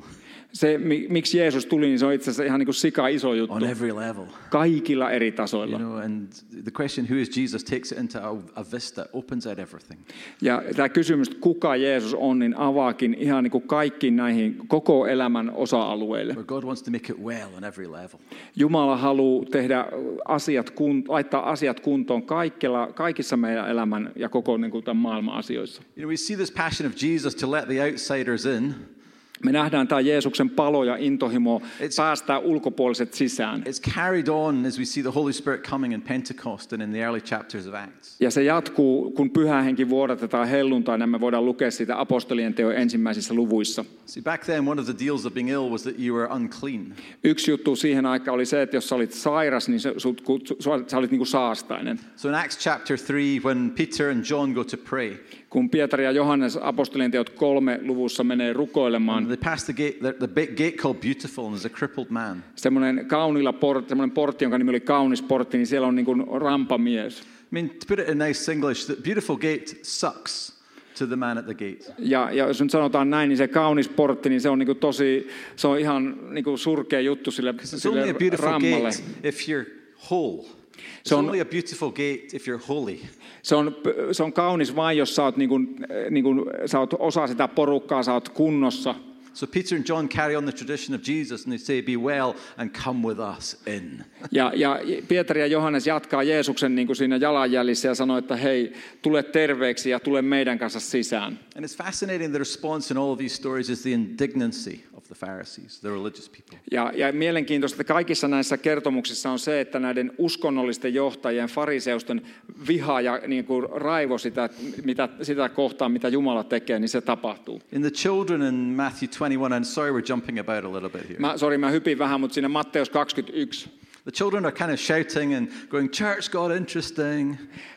[SPEAKER 2] Se, mi- miksi Jeesus tuli, niin se on itse asiassa ihan niin kuin sika iso juttu.
[SPEAKER 1] on every level.
[SPEAKER 2] Kaikilla eri tasoilla.
[SPEAKER 1] You know, and the question, who is Jesus, takes it into a, a vista, opens out everything.
[SPEAKER 2] Ja tämä kysymys, että kuka Jeesus on, niin avaakin ihan niin kuin kaikkiin näihin koko elämän osa-alueille.
[SPEAKER 1] Where God wants to make it well on every level.
[SPEAKER 2] Jumala haluaa tehdä asiat kun, laittaa asiat kuntoon kaikilla, kaikissa meidän elämän ja koko niin kuin tämän maailman asioissa.
[SPEAKER 1] You know, we see this passion of Jesus to let the outsiders in.
[SPEAKER 2] Me nähdään tämä Jeesuksen palo ja intohimo
[SPEAKER 1] It's-
[SPEAKER 2] päästää ulkopuoliset sisään.
[SPEAKER 1] It's carried on as we see the Holy Spirit coming in Pentecost and in the early chapters of Acts.
[SPEAKER 2] Ja se jatkuu, kun pyhä henki vuodatetaan helluntaina. niin Me voidaan lukea siitä apostolien teon ensimmäisissä luvuissa.
[SPEAKER 1] See, back then, one of the deals of being ill was that you were unclean.
[SPEAKER 2] Yksi juttu siihen aikaan oli se, että jos sä olit sairas, niin sä, sut, kutsu- sua- sä olit niin kuin saastainen.
[SPEAKER 1] So in Acts chapter 3, when Peter and John go to pray,
[SPEAKER 2] Kun Pietari ja Johannes apostolien teot kolme luvussa menee rukoilemaan,
[SPEAKER 1] they pass the gate, the, the big gate called Beautiful, and there's a crippled man.
[SPEAKER 2] semmoinen kaunilla portti, semmoinen portti, jonka nimi oli kaunis portti, niin siellä on niin kuin rampamies.
[SPEAKER 1] I mean, to put it in nice English, that beautiful gate sucks to the man at the gate.
[SPEAKER 2] Ja, ja jos nyt sanotaan näin, niin se kaunis portti, niin se on niin kuin tosi, se on ihan niin kuin surkea juttu sille,
[SPEAKER 1] It's
[SPEAKER 2] sille
[SPEAKER 1] only a beautiful
[SPEAKER 2] rammalle.
[SPEAKER 1] gate if you're whole. It's
[SPEAKER 2] So on-
[SPEAKER 1] only a beautiful gate if you're holy.
[SPEAKER 2] Se on, se on kaunis vain, jos sä oot, niin kuin, niin kuin, sä oot osa sitä porukkaa, sä oot kunnossa.
[SPEAKER 1] So Peter and John carry on the tradition of Jesus and they say, Be well and come with us in.
[SPEAKER 2] Ja, ja Pietari ja Johannes jatkaa Jeesuksen niin kuin siinä jalanjäljissä ja sanoo, että hei, tule terveeksi ja tule meidän kanssa sisään.
[SPEAKER 1] And it's fascinating the response in all of these stories is the indignancy of the Pharisees, the religious people.
[SPEAKER 2] Ja, ja mielenkiintoista, että kaikissa näissä kertomuksissa on se, että näiden uskonnollisten johtajien, fariseusten viha ja niin kuin raivo sitä, mitä, sitä kohtaan, mitä Jumala tekee, niin se tapahtuu.
[SPEAKER 1] In the children in Matthew 21, and sorry we're jumping about a little bit here.
[SPEAKER 2] Mä, sori, mä hypin vähän, mutta siinä Matteus 21.
[SPEAKER 1] The children are kind of shouting and going, Church got interesting.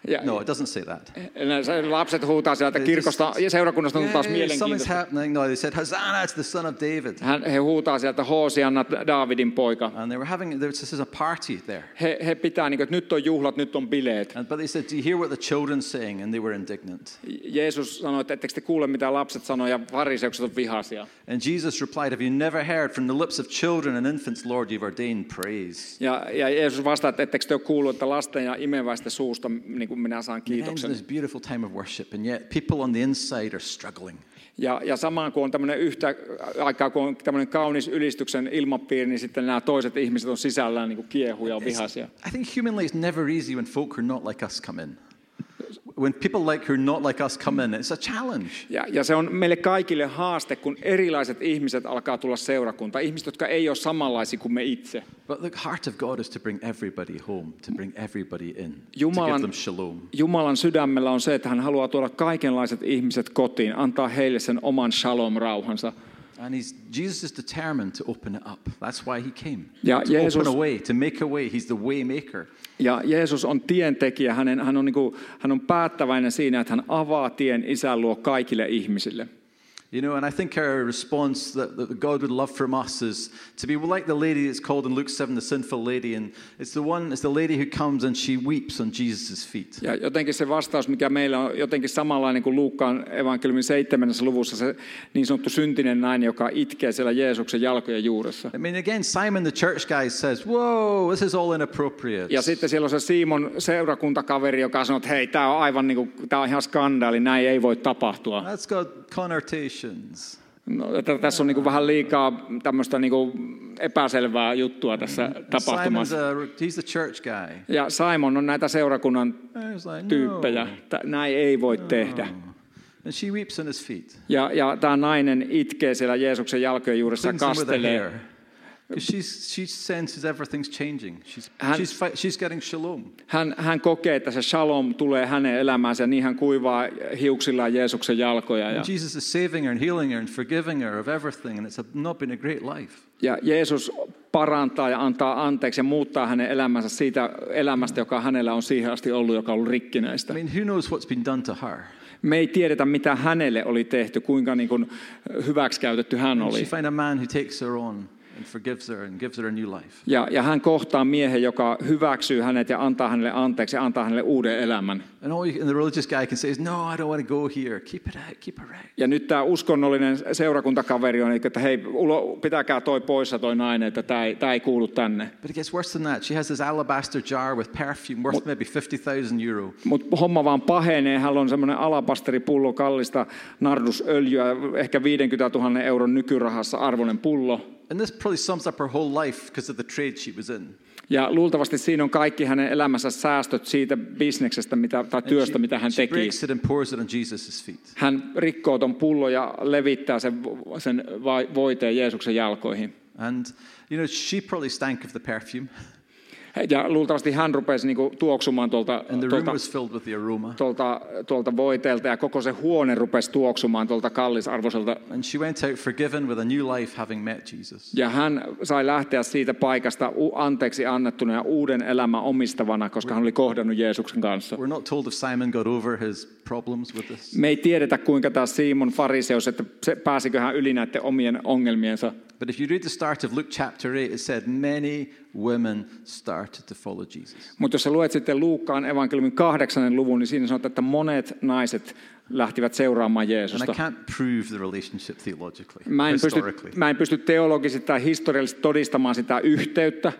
[SPEAKER 2] Yeah.
[SPEAKER 1] No, it doesn't say that.
[SPEAKER 2] Ne- se Lapset huutaa sieltä kirkosta ja seurakunnasta on taas
[SPEAKER 1] "Yay, something's
[SPEAKER 2] mielenkiintoista.
[SPEAKER 1] happening. No, they said, Hosanna to the son of David.
[SPEAKER 2] Hän, he huutaa sieltä Hoosianna, Daavidin poika.
[SPEAKER 1] And they were having, there was- this is a party there.
[SPEAKER 2] He, he pitää, niin kuin, että nyt on juhlat, nyt on bileet.
[SPEAKER 1] And, but they said, Do you hear what the children's saying? And they were indignant.
[SPEAKER 2] Jeesus sanoi, että ettekö te kuule, mitä lapset sanoo, ja fariseukset on vihaisia.
[SPEAKER 1] And Jesus replied, Have you never heard from the lips of children and infants, Lord, you've ordained praise?
[SPEAKER 2] Ja, ja Jeesus vastaa, että ettekö te ole kuullut, että lasten ja imeväisten suusta niin kuin minä saan
[SPEAKER 1] It ends
[SPEAKER 2] kiitoksen.
[SPEAKER 1] this beautiful time of worship, and yet people on the inside are struggling.
[SPEAKER 2] Ja, ja samaan kuin on tämmöinen yhtä aikaa, kun on tämmöinen kaunis ylistyksen ilmapiiri, niin sitten nämä toiset ihmiset on sisällään niin kuin kiehuja ja vihaisia.
[SPEAKER 1] I think humanly it's never easy when folk who are not like us come in. When people like who are not like us come in, it's a challenge.
[SPEAKER 2] Ja, ja se on meille kaikille haaste, kun erilaiset ihmiset alkaa tulla seurakunta. Ihmiset, jotka ei ole samanlaisia kuin me itse.
[SPEAKER 1] But the heart of God is to bring everybody home, to bring everybody in, to give
[SPEAKER 2] Jumalan,
[SPEAKER 1] them shalom.
[SPEAKER 2] Jumalan sydämellä on se, että hän haluaa tuoda kaikenlaiset ihmiset kotiin, antaa heille sen oman shalom-rauhansa.
[SPEAKER 1] And he's, Jesus is determined to open it up. That's why he came.
[SPEAKER 2] Ja
[SPEAKER 1] to
[SPEAKER 2] Jeesus-
[SPEAKER 1] open a way, to make a way. He's the way maker.
[SPEAKER 2] Ja Jeesus on tientekijä, Hänen, hän, on niin kuin, hän on päättäväinen siinä, että hän avaa tien isän luo kaikille ihmisille.
[SPEAKER 1] You know, and I think our response that, that God would love from us is to be like the lady that's called in Luke 7, the sinful lady. And it's the one, it's the lady who comes and she weeps on Jesus' feet.
[SPEAKER 2] Ja jotenkin se vastaus, mikä meillä on jotenkin samanlainen kuin Luukkaan evankeliumin 7. luvussa, se niin sanottu syntinen nainen, joka itkee siellä Jeesuksen jalkojen juuressa.
[SPEAKER 1] I mean, again, Simon the church guy says, Whoa, this is all inappropriate.
[SPEAKER 2] Ja sitten siellä on se Simon seurakuntakaveri, joka sanoo, että hei, tämä on aivan niin kuin, tämä on ihan skandaali, näin ei voi tapahtua.
[SPEAKER 1] That's got connotations.
[SPEAKER 2] No, että tässä on niin kuin vähän liikaa tämmöistä niin kuin epäselvää juttua tässä
[SPEAKER 1] Simon's
[SPEAKER 2] tapahtumassa.
[SPEAKER 1] a, he's the church guy.
[SPEAKER 2] Ja Simon on näitä seurakunnan
[SPEAKER 1] And I was like, no.
[SPEAKER 2] tyyppejä. Tä- Näin ei voi tehdä.
[SPEAKER 1] And she weeps on his feet.
[SPEAKER 2] Ja, ja tämä nainen itkee siellä Jeesuksen jalkojen juuressa ja
[SPEAKER 1] clings him with her
[SPEAKER 2] kastelee.
[SPEAKER 1] hair. 'Cause She's, she senses everything's changing. She's, she's,
[SPEAKER 2] Hän-
[SPEAKER 1] fi- she's getting shalom.
[SPEAKER 2] Hän, hän kokee, että se shalom tulee hänen elämäänsä, niin hän kuivaa hiuksillaan Jeesuksen jalkoja. Ja,
[SPEAKER 1] Jesus is saving her and healing her and forgiving her of everything, and it's not been a great life.
[SPEAKER 2] ja Jeesus parantaa ja antaa anteeksi ja muuttaa hänen elämänsä siitä elämästä, joka hänellä on siihen asti ollut, joka on ollut
[SPEAKER 1] I
[SPEAKER 2] rikkinäistä.
[SPEAKER 1] mean, who knows what's been done to her?
[SPEAKER 2] Me ei tiedetä, mitä hänelle oli tehty, kuinka niin kuin hyväksikäytetty hän
[SPEAKER 1] Does she
[SPEAKER 2] oli.
[SPEAKER 1] find a man who takes her on and forgives her and gives her a new life?
[SPEAKER 2] Ja, ja hän kohtaa miehen, joka hyväksyy hänet ja antaa hänelle anteeksi ja antaa hänelle uuden elämän.
[SPEAKER 1] And all you, and the religious guy can say is, "No, I don't want to go here. Keep it out. Keep her out."
[SPEAKER 2] Ja nyt tämä uskonnollinen seurakuntakaveri on, että hei, ulo, pitäkää toi poissa toi nainen, että tämä ei, tää ei kuulu tänne.
[SPEAKER 1] But it gets worse than that. She has this alabaster jar with perfume worth maybe 50,000 euro.
[SPEAKER 2] Mutta homma vaan pahenee. Hänellä on semmoinen alapasteripullo kallista nardusöljyä, ehkä 50 000 euron nykyrahassa arvoinen pullo.
[SPEAKER 1] And this probably sums up her whole life because of the trade she was in.
[SPEAKER 2] Ja luultavasti siinä on kaikki hänen elämänsä säästöt siitä bisneksestä mitä, tai työstä, mitä hän
[SPEAKER 1] She
[SPEAKER 2] teki.
[SPEAKER 1] breaks it and pours it on Jesus' feet.
[SPEAKER 2] Hän rikkoo ton pullon ja levittää sen, sen vai- voiteen Jeesuksen jalkoihin.
[SPEAKER 1] And, you know, she probably stank of the perfume.
[SPEAKER 2] Ja luultavasti hän rupesi niinku tuoksumaan tuolta,
[SPEAKER 1] And the room
[SPEAKER 2] tuolta,
[SPEAKER 1] was filled with the aroma.
[SPEAKER 2] tuolta, tuolta voiteelta ja koko se huone rupesi tuoksumaan tuolta kallisarvoiselta
[SPEAKER 1] And she went out forgiven with a new life having met Jesus.
[SPEAKER 2] Ja hän sai lähteä siitä paikasta u- anteeksi annettuna ja uuden elämän omistavana, koska hän oli kohdannut Jeesuksen kanssa.
[SPEAKER 1] We're not told if Simon got over his problems with this,
[SPEAKER 2] Me ei tiedetä, kuinka tämä Simon fariseus, että se, pääsikö hän yli näiden omien ongelmiensa.
[SPEAKER 1] but if you read the start of Luke chapter 8, it said, Many women started to follow Jesus.
[SPEAKER 2] Mutta jos sä luet sitten Luukkaan evankeliumin kahdeksannen luvun, niin siinä sanotaan, että monet naiset lähtivät seuraamaan
[SPEAKER 1] And I
[SPEAKER 2] Jeesusta.
[SPEAKER 1] can't prove the relationship theologically,
[SPEAKER 2] Mä en, pysty,
[SPEAKER 1] historically.
[SPEAKER 2] mä en pysty teologisesti tai historiallisesti todistamaan sitä yhteyttä,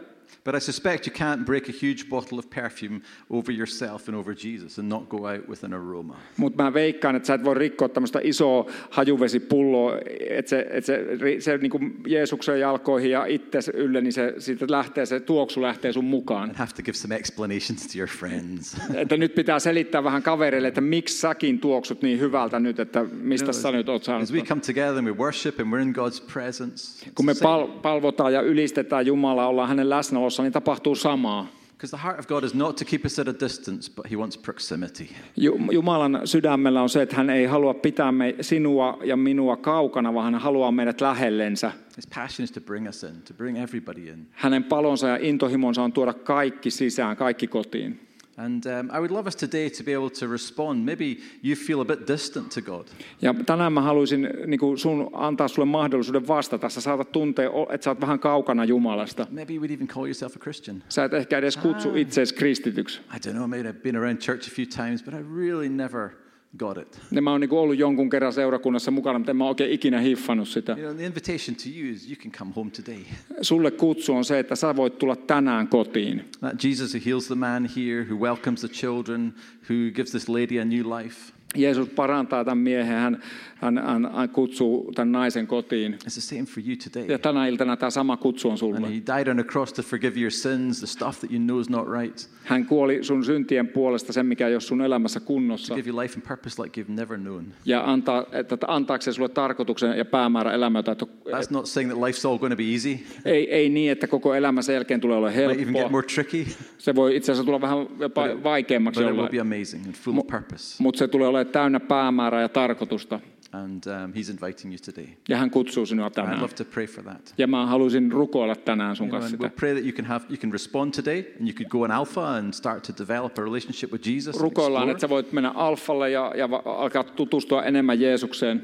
[SPEAKER 1] But I suspect you can't break a huge bottle of perfume over yourself and over Jesus and not go out with an aroma.
[SPEAKER 2] Mutta mä veikkaan, että sä et voi rikkoa tämmöistä isoa hajuvesipulloa, että se, että se, ri- se niin kuin Jeesuksen jalkoihin ja itsesi ylle, niin se, siitä lähtee, se tuoksu lähtee sun mukaan.
[SPEAKER 1] And have to give some explanations to your friends.
[SPEAKER 2] Että nyt pitää selittää vähän kavereille, että miksi säkin tuoksut niin hyvältä nyt, että mistä sä nyt oot saanut.
[SPEAKER 1] As we come together and we worship and we're in God's presence,
[SPEAKER 2] Kun me pal- palvotaan ja ylistetään Jumalaa, ollaan hänen läsnäolossa, niin tapahtuu samaa.
[SPEAKER 1] because the heart of God is not to keep us at a distance, but He wants proximity.
[SPEAKER 2] Ju- Jumalan sydämellä on se, että hän ei halua pitää me, sinua ja minua kaukana, vaan hän haluaa meidät lähellensä.
[SPEAKER 1] His passion is to bring us in, to bring everybody in.
[SPEAKER 2] Hänen palonsa ja intohimonsa on tuoda kaikki sisään, kaikki kotiin.
[SPEAKER 1] And um, I would love us today to be able to respond. Maybe you feel a bit distant to God.
[SPEAKER 2] Ja tänään mä haluaisin niin kuin sun antaa sulle mahdollisuuden vastata. Sä saatat tuntea, o- että sä oot vähän kaukana Jumalasta.
[SPEAKER 1] Maybe you would even call yourself a Christian.
[SPEAKER 2] Sä et ehkä edes kutsu itseesi kristityksi.
[SPEAKER 1] I don't know, maybe I've been around church a few times, but I really never got it.
[SPEAKER 2] Ja mä oon niin kuin ollut jonkun kerran seurakunnassa mukana, mutta en mä oikein ikinä hiffannut sitä.
[SPEAKER 1] You know, and the invitation to you is you can come home today.
[SPEAKER 2] Sulle kutsu on se, että sä voit tulla tänään kotiin.
[SPEAKER 1] That Jesus who heals the man here, who welcomes the children, who gives this lady a new life,
[SPEAKER 2] Jeesus parantaa tämän miehen, hän, hän, hän, hän kutsuu tämän naisen kotiin.
[SPEAKER 1] it's the same for you
[SPEAKER 2] Ja
[SPEAKER 1] today.
[SPEAKER 2] tänä iltana tämä sama kutsu on sulle.
[SPEAKER 1] And he died on a cross to forgive your sins, the stuff that you know is not right,
[SPEAKER 2] Hän kuoli sun syntien puolesta sen, mikä ei ole sun elämässä kunnossa.
[SPEAKER 1] give you life and purpose like you've never known.
[SPEAKER 2] Ja antaa, että antaakseen sulle tarkoituksen ja päämäärä elämää. Että
[SPEAKER 1] That's not saying that life's all going to be easy,
[SPEAKER 2] ei, ei niin, että koko elämä sen jälkeen tulee olla
[SPEAKER 1] might even get
[SPEAKER 2] helppoa.
[SPEAKER 1] more tricky,
[SPEAKER 2] Se voi itse asiassa tulla vähän jopa vaikeammaksi
[SPEAKER 1] but it will
[SPEAKER 2] jollain.
[SPEAKER 1] be amazing and full of purpose.
[SPEAKER 2] Mutta se tulee olemaan täynnä päämäärää ja tarkoitusta.
[SPEAKER 1] And um, he's inviting you today.
[SPEAKER 2] Ja hän kutsuu sinua
[SPEAKER 1] I'd
[SPEAKER 2] tänään.
[SPEAKER 1] love to pray for that.
[SPEAKER 2] Ja mä haluaisin rukoilla tänään sun
[SPEAKER 1] You know,
[SPEAKER 2] kanssa
[SPEAKER 1] and we'll
[SPEAKER 2] sitä.
[SPEAKER 1] pray that you can have you can respond today and you could go on alpha and start to develop a relationship with Jesus. and
[SPEAKER 2] Rukoillaan,
[SPEAKER 1] explore.
[SPEAKER 2] että sä voit mennä alfalle ja, ja va- alkaa tutustua enemmän Jeesukseen.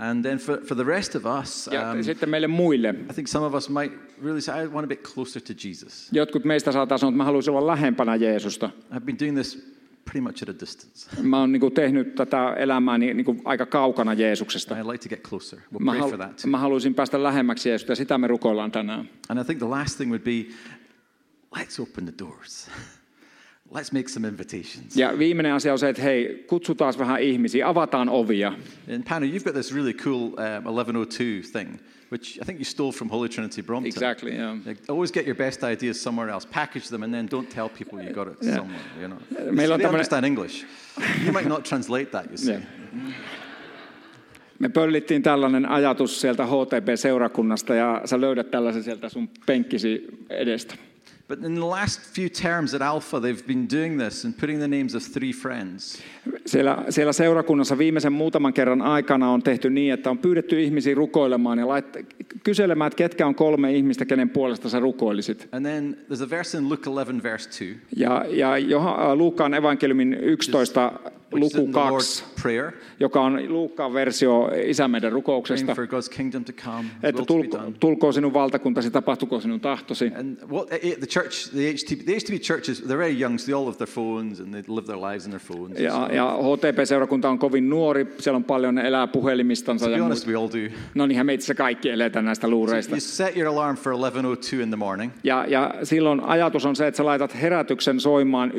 [SPEAKER 1] And then for, for the rest of us,
[SPEAKER 2] Ja
[SPEAKER 1] um,
[SPEAKER 2] sitten meille muille.
[SPEAKER 1] I think some of us might really say, I want a bit closer to Jesus.
[SPEAKER 2] Jotkut meistä saattaa sanoa, että mä haluaisin olla lähempänä Jeesusta.
[SPEAKER 1] I've been doing this pretty much at a distance.
[SPEAKER 2] Mä oon niin tehnyt tätä elämää niin, niin aika kaukana Jeesuksesta.
[SPEAKER 1] I'd like to get closer. We'll
[SPEAKER 2] Mä,
[SPEAKER 1] pray for
[SPEAKER 2] halu-
[SPEAKER 1] that.
[SPEAKER 2] mä haluaisin päästä lähemmäksi Jeesusta ja sitä me rukoillaan tänään.
[SPEAKER 1] And I think the last thing would be let's open the doors. Let's make some invitations.
[SPEAKER 2] Ja viimeinen asia on se, että hei, kutsutaan vähän ihmisiä, avataan ovia.
[SPEAKER 1] And Pano, you've got this really cool um, 1102 thing, which I think you stole from Holy Trinity Brompton.
[SPEAKER 2] Exactly, yeah.
[SPEAKER 1] Like, always get your best ideas somewhere else. Package them and then don't tell people you got it somewhere. You know, See,
[SPEAKER 2] meillä
[SPEAKER 1] they
[SPEAKER 2] on tämmönen-
[SPEAKER 1] understand English. You might not translate that. You see.
[SPEAKER 2] Yeah. Me pöllittiin tällainen ajatus sieltä HTP-seurakunnasta ja sä löydät tällaisen sieltä sun penkkisi edestä.
[SPEAKER 1] But in the last few terms at Alpha, they've been doing this and putting the names of three friends.
[SPEAKER 2] Siellä, siellä seurakunnassa viimeisen muutaman kerran aikana on tehty niin, että on pyydetty ihmisiä rukoilemaan ja laitt- kyselemään, että ketkä on kolme ihmistä, kenen puolesta sä rukoilisit.
[SPEAKER 1] And then there's a verse in Luke 11, verse 2,
[SPEAKER 2] Ja, ja Joha- Luukkaan evankeliumin 11
[SPEAKER 1] which is
[SPEAKER 2] luku
[SPEAKER 1] in the Lord's
[SPEAKER 2] 2,
[SPEAKER 1] Prayer,
[SPEAKER 2] joka on Luukkaan versio isän meidän rukouksesta,
[SPEAKER 1] praying for God's kingdom to come, His
[SPEAKER 2] että
[SPEAKER 1] will to be
[SPEAKER 2] tulko,
[SPEAKER 1] done.
[SPEAKER 2] tulkoon sinun valtakuntasi, tapahtukoon sinun tahtosi.
[SPEAKER 1] And what eh, eh, the church, the HTB, the HTB churches, they're very young, so they all have their phones and they live their lives on their phones.
[SPEAKER 2] Ja, ja HTP-seurakunta on kovin nuori, siellä on paljon, ne elää puhelimistansa.
[SPEAKER 1] to be
[SPEAKER 2] Ja
[SPEAKER 1] honest,
[SPEAKER 2] muista.
[SPEAKER 1] we all do.
[SPEAKER 2] No niinhän me itse asiassa kaikki eletään näistä luureista.
[SPEAKER 1] You set your alarm for 11:02 in the morning,
[SPEAKER 2] Ja, ja silloin ajatus on se, että sä laitat herätyksen soimaan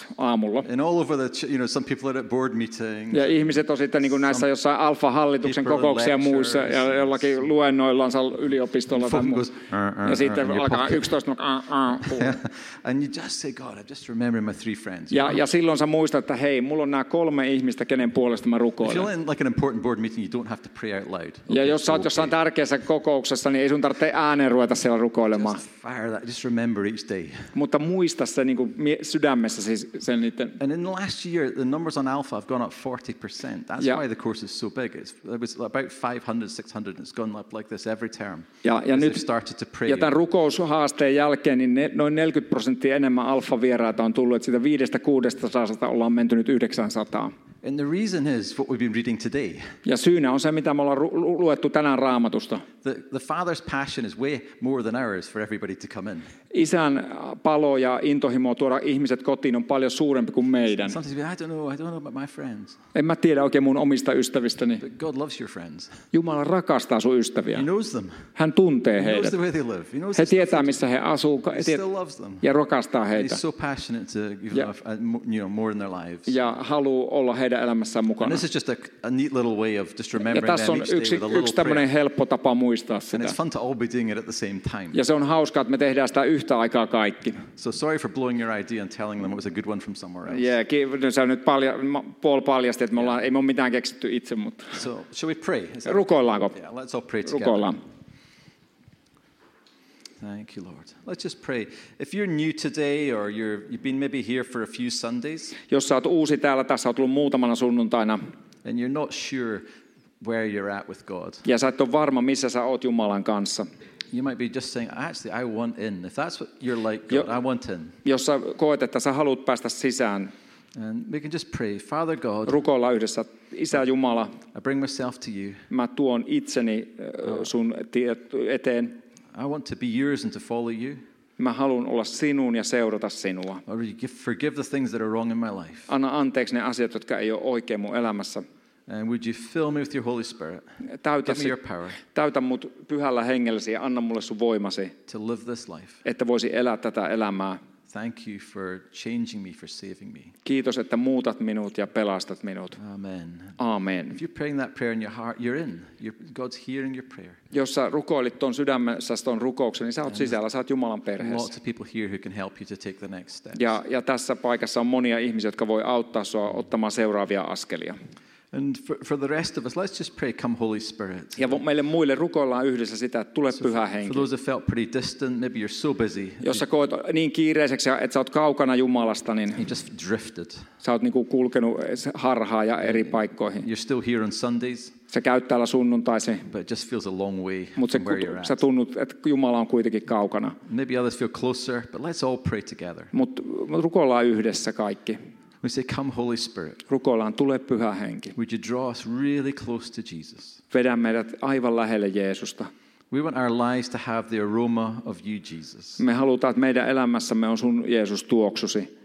[SPEAKER 2] 11.02 aamulla.
[SPEAKER 1] and all over the, ch- you know, some people are at board meetings.
[SPEAKER 2] Ja ihmiset on sitten niin kuin näissä jossain alfa-hallituksen
[SPEAKER 1] People
[SPEAKER 2] kokouksia ja muissa,
[SPEAKER 1] lectures.
[SPEAKER 2] ja jollakin luennoillansa yliopistolla tai
[SPEAKER 1] Phone
[SPEAKER 2] muuta.
[SPEAKER 1] goes, "Äh, äh,
[SPEAKER 2] Ja
[SPEAKER 1] äh,"
[SPEAKER 2] sitten
[SPEAKER 1] in your
[SPEAKER 2] alkaa
[SPEAKER 1] pocket.
[SPEAKER 2] 11.02.
[SPEAKER 1] and you just say, God, I'm just remembering my three friends.
[SPEAKER 2] Ja, ja silloin sä muistat, että hei, mulla on nämä kolme ihmistä, kenen puolesta mä
[SPEAKER 1] If you're
[SPEAKER 2] rukoilen.
[SPEAKER 1] in like an important board meeting, you don't have to pray out loud.
[SPEAKER 2] Ja jos sä oot jossain tärkeässä kokouksessa, niin ei sun tarvitse ääneen ruveta siellä rukoilemaan.
[SPEAKER 1] Just fire that. Just remember each day.
[SPEAKER 2] Mutta muista se niin kuin mie- sydämessä siis sen niiden
[SPEAKER 1] And in the last year, the numbers on Alpha have gone up 40%. That's
[SPEAKER 2] Yeah.
[SPEAKER 1] why the course is so big. It's, it was about 500, 600, and it's gone up like this every term.
[SPEAKER 2] Ja- ja
[SPEAKER 1] As
[SPEAKER 2] nyt-
[SPEAKER 1] they've started to pray.
[SPEAKER 2] Ja tämän rukoushaasteen jälkeen niin ne, noin 40 prosenttia enemmän alfavieraita on tullut, että siitä viidestä kuudesta saasasta ollaan menty nyt 900.
[SPEAKER 1] And the reason is what we've been reading today.
[SPEAKER 2] Ja syynä on se, mitä me ollaan ru- lu- luettu tänään raamatusta.
[SPEAKER 1] The, the Father's passion is way more than ours for everybody to come in.
[SPEAKER 2] Isän palo ja intohimo tuoda ihmiset kotiin on paljon suurempi kuin meidän.
[SPEAKER 1] Sometimes we, I don't know, I don't know about my friends.
[SPEAKER 2] En mä tiedä oikein mun omista ystävistäni.
[SPEAKER 1] But God loves your friends.
[SPEAKER 2] Jumala rakastaa sun ystäviä.
[SPEAKER 1] He knows them.
[SPEAKER 2] Hän tuntee
[SPEAKER 1] He knows
[SPEAKER 2] heidät.
[SPEAKER 1] the way they live. He knows
[SPEAKER 2] He
[SPEAKER 1] the stuff
[SPEAKER 2] tietää, missä he asuu ka-
[SPEAKER 1] He
[SPEAKER 2] tie-
[SPEAKER 1] still loves them.
[SPEAKER 2] ja rakastaa
[SPEAKER 1] And
[SPEAKER 2] heitä.
[SPEAKER 1] He's so passionate to give
[SPEAKER 2] Yeah.
[SPEAKER 1] them a, a mo- you know, more in their lives.
[SPEAKER 2] Ja haluaa olla heidän elämässään
[SPEAKER 1] And
[SPEAKER 2] mukana.
[SPEAKER 1] this is just a, a neat little way of just
[SPEAKER 2] Ja
[SPEAKER 1] remembering
[SPEAKER 2] tässä
[SPEAKER 1] them
[SPEAKER 2] on
[SPEAKER 1] each day
[SPEAKER 2] yksi,
[SPEAKER 1] with a little
[SPEAKER 2] yksi
[SPEAKER 1] prayer.
[SPEAKER 2] tämmöinen helppo tapa muistaa
[SPEAKER 1] And
[SPEAKER 2] sitä.
[SPEAKER 1] it's fun to all be doing it at the same time.
[SPEAKER 2] Ja se on hauskaa, että me tehdään sitä yhtä aikaa kaikki.
[SPEAKER 1] So sorry for blowing your idea and telling them it was a good one from somewhere else.
[SPEAKER 2] Yeah, ki- no sä nyt palja, ma- Paul paljasti, että me ollaan, ei me ole mitään keksitty itse, mutta
[SPEAKER 1] So shall we pray? Is that-
[SPEAKER 2] rukoillaanko?
[SPEAKER 1] yeah, let's all pray together.
[SPEAKER 2] Rukoillaan.
[SPEAKER 1] Thank you, Lord. Let's just pray. If you're new today or you're, you've been maybe here for a few Sundays
[SPEAKER 2] Jos sä oot uusi täällä, tässä oot tullut muutamana sunnuntaina,
[SPEAKER 1] and you're not sure where you're at with God,
[SPEAKER 2] ja sä et ole varma, missä sä oot Jumalan kanssa.
[SPEAKER 1] you might be just saying, actually, I want in. If that's what you're like,
[SPEAKER 2] Yo-
[SPEAKER 1] God, I want in.
[SPEAKER 2] Jos sä koet, että sä haluat päästä sisään,
[SPEAKER 1] And we can just pray, Father God,
[SPEAKER 2] rukoilla yhdessä. Isä Jumala,
[SPEAKER 1] I bring myself to you.
[SPEAKER 2] mä tuon itseni ö, sun tie- eteen.
[SPEAKER 1] I want to be yours and to follow you.
[SPEAKER 2] Mä haluan olla sinun ja seurata sinua.
[SPEAKER 1] Lord, you give, forgive the things that are wrong in my life.
[SPEAKER 2] Anna anteeksi ne asiat, jotka ei ole oikein mun elämässä.
[SPEAKER 1] And would you fill me with your Holy Spirit?
[SPEAKER 2] Täytä,
[SPEAKER 1] Give me
[SPEAKER 2] se,
[SPEAKER 1] your power
[SPEAKER 2] täytä mut pyhällä hengellesi ja anna mulle sun voimasi,
[SPEAKER 1] to live this life.
[SPEAKER 2] että voisi elää tätä elämää.
[SPEAKER 1] Thank you for changing me, for saving me.
[SPEAKER 2] Kiitos, että muutat minut ja pelastat minut.
[SPEAKER 1] Amen.
[SPEAKER 2] Aamen.
[SPEAKER 1] If you're praying that prayer in your heart, you're in. You're, God's hearing your prayer.
[SPEAKER 2] Jos sä rukoilit tuon sydämessä tuon rukouksen, niin sä oot sisällä, sä oot Jumalan perheessä.
[SPEAKER 1] Lots of people here who can help you to take the next step.
[SPEAKER 2] Ja, ja tässä paikassa on monia ihmisiä, jotka voi auttaa sua ottamaan seuraavia askelia.
[SPEAKER 1] And for, for the rest of us, let's just pray, Come, Holy Spirit.
[SPEAKER 2] Ja vo- meille muille rukoillaan yhdessä sitä, että tule pyhä
[SPEAKER 1] For
[SPEAKER 2] henki.
[SPEAKER 1] those who felt pretty distant, maybe you're so busy,
[SPEAKER 2] Jos sä koet niin kiireiseksi, että sä oot kaukana Jumalasta,
[SPEAKER 1] you
[SPEAKER 2] niin
[SPEAKER 1] just drifted.
[SPEAKER 2] sä oot niinku kulkenut harhaa ja eri
[SPEAKER 1] Niin.
[SPEAKER 2] paikkoihin.
[SPEAKER 1] You're still here on Sundays,
[SPEAKER 2] Sä käyt täällä sunnuntaisin,
[SPEAKER 1] but it just feels a long way
[SPEAKER 2] mutta sä,
[SPEAKER 1] from where you're
[SPEAKER 2] kut-
[SPEAKER 1] at.
[SPEAKER 2] sä tunnut, että Jumala on kuitenkin kaukana.
[SPEAKER 1] Maybe others feel closer, but let's all pray together.
[SPEAKER 2] Mutta rukoillaan yhdessä kaikki.
[SPEAKER 1] We say, Come, Holy Spirit,
[SPEAKER 2] Rukoillaan, tule pyhä henki.
[SPEAKER 1] would you draw us really close to Jesus?
[SPEAKER 2] Vedä meidät aivan lähelle Jeesusta.
[SPEAKER 1] We want our lives to have the aroma of you, Jesus.
[SPEAKER 2] Me halutaan, että meidän elämässämme on sun Jeesus tuoksusi.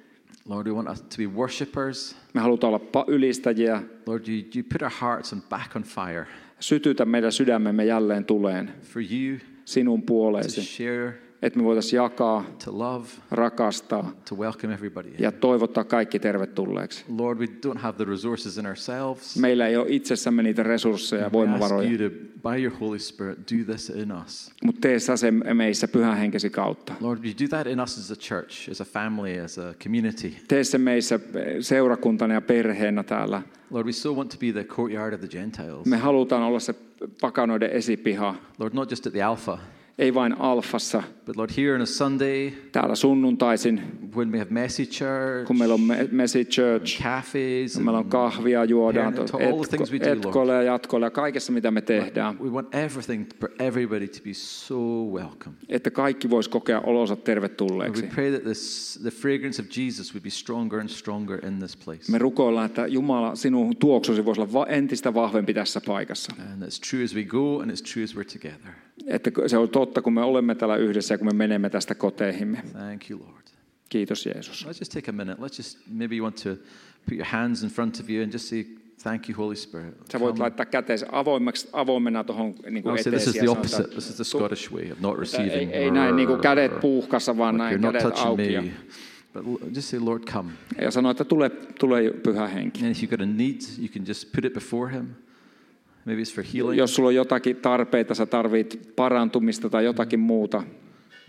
[SPEAKER 1] Lord, we want us to be worshippers.
[SPEAKER 2] Me halutaan olla pa- ylistäjiä.
[SPEAKER 1] Lord, you, you put our hearts on, back on fire
[SPEAKER 2] Sytytä meidän sydämemme jälleen tuleen
[SPEAKER 1] for you
[SPEAKER 2] sinun
[SPEAKER 1] to
[SPEAKER 2] puoleesi.
[SPEAKER 1] share,
[SPEAKER 2] Että me voitaisiin jakaa,
[SPEAKER 1] to love,
[SPEAKER 2] rakastaa
[SPEAKER 1] to welcome everybody. in.
[SPEAKER 2] ja toivottaa kaikki tervetulleeksi.
[SPEAKER 1] Lord, we don't have the resources in ourselves.
[SPEAKER 2] Meillä ei ole itsessämme niitä resursseja ja
[SPEAKER 1] We ask
[SPEAKER 2] voimavaroja.
[SPEAKER 1] you to, by your Holy Spirit, do this in us.
[SPEAKER 2] Mutta tee sä se meissä pyhän henkesi kautta.
[SPEAKER 1] Lord, would you do that in us as a church, as a family, as a community?
[SPEAKER 2] Tee se meissä eh, seurakuntana ja perheenä täällä.
[SPEAKER 1] Lord, we so want to be the courtyard of the Gentiles.
[SPEAKER 2] Me halutaan olla se pakanoiden esipiha.
[SPEAKER 1] Lord, not just at the Alpha,
[SPEAKER 2] ei vain Alfassa,
[SPEAKER 1] But Lord, here on a Sunday,
[SPEAKER 2] täällä sunnuntaisin,
[SPEAKER 1] when we have messy church,
[SPEAKER 2] kun meillä on me- Messy Church,
[SPEAKER 1] cafes,
[SPEAKER 2] meillä on
[SPEAKER 1] and
[SPEAKER 2] kahvia, juodaan,
[SPEAKER 1] Parent,
[SPEAKER 2] tuossa
[SPEAKER 1] all the things we
[SPEAKER 2] etko-
[SPEAKER 1] do, Lord.
[SPEAKER 2] etkoilla ja jatkoilla ja kaikessa mitä me tehdään,
[SPEAKER 1] we want everything for everybody to be so welcome.
[SPEAKER 2] että kaikki voisi kokea olonsa
[SPEAKER 1] And we
[SPEAKER 2] tervetulleeksi.
[SPEAKER 1] pray that this, the fragrance of Jesus would be stronger and stronger in this place.
[SPEAKER 2] Me rukoillaan, että Jumala, sinun tuoksusi voisi olla va- entistä vahvempi tässä paikassa.
[SPEAKER 1] And it's true as we go, and it's true as we're together.
[SPEAKER 2] Että se on totta, kun me olemme täällä yhdessä ja kun me menemme tästä koteihimme.
[SPEAKER 1] Thank you, Lord.
[SPEAKER 2] Kiitos Jeesus.
[SPEAKER 1] Let's just take a minute. Let's just maybe you want to put your hands in front of you and just say, Thank you, Holy Spirit.
[SPEAKER 2] Sä voit
[SPEAKER 1] Come.
[SPEAKER 2] laittaa käteesi avoimeksi, avoimena tuohon niin
[SPEAKER 1] I would say this is
[SPEAKER 2] eteesi. ja
[SPEAKER 1] the
[SPEAKER 2] sanotaan,
[SPEAKER 1] opposite. This is the Scottish way of not
[SPEAKER 2] Ei,
[SPEAKER 1] receiving.
[SPEAKER 2] ei näin niin kuin kädet puuhkassa, vaan
[SPEAKER 1] Like you're
[SPEAKER 2] näin
[SPEAKER 1] not
[SPEAKER 2] kädet
[SPEAKER 1] touching
[SPEAKER 2] auki. Ja,
[SPEAKER 1] me. But l- just say, Lord, come.
[SPEAKER 2] ja sanoi, että tule, tule pyhä henki.
[SPEAKER 1] And if you've got a need, you can just put it before Him. Maybe it's for healing.
[SPEAKER 2] Jos sulla on jotakin tarpeita, sä tarvit parantumista tai jotakin muuta.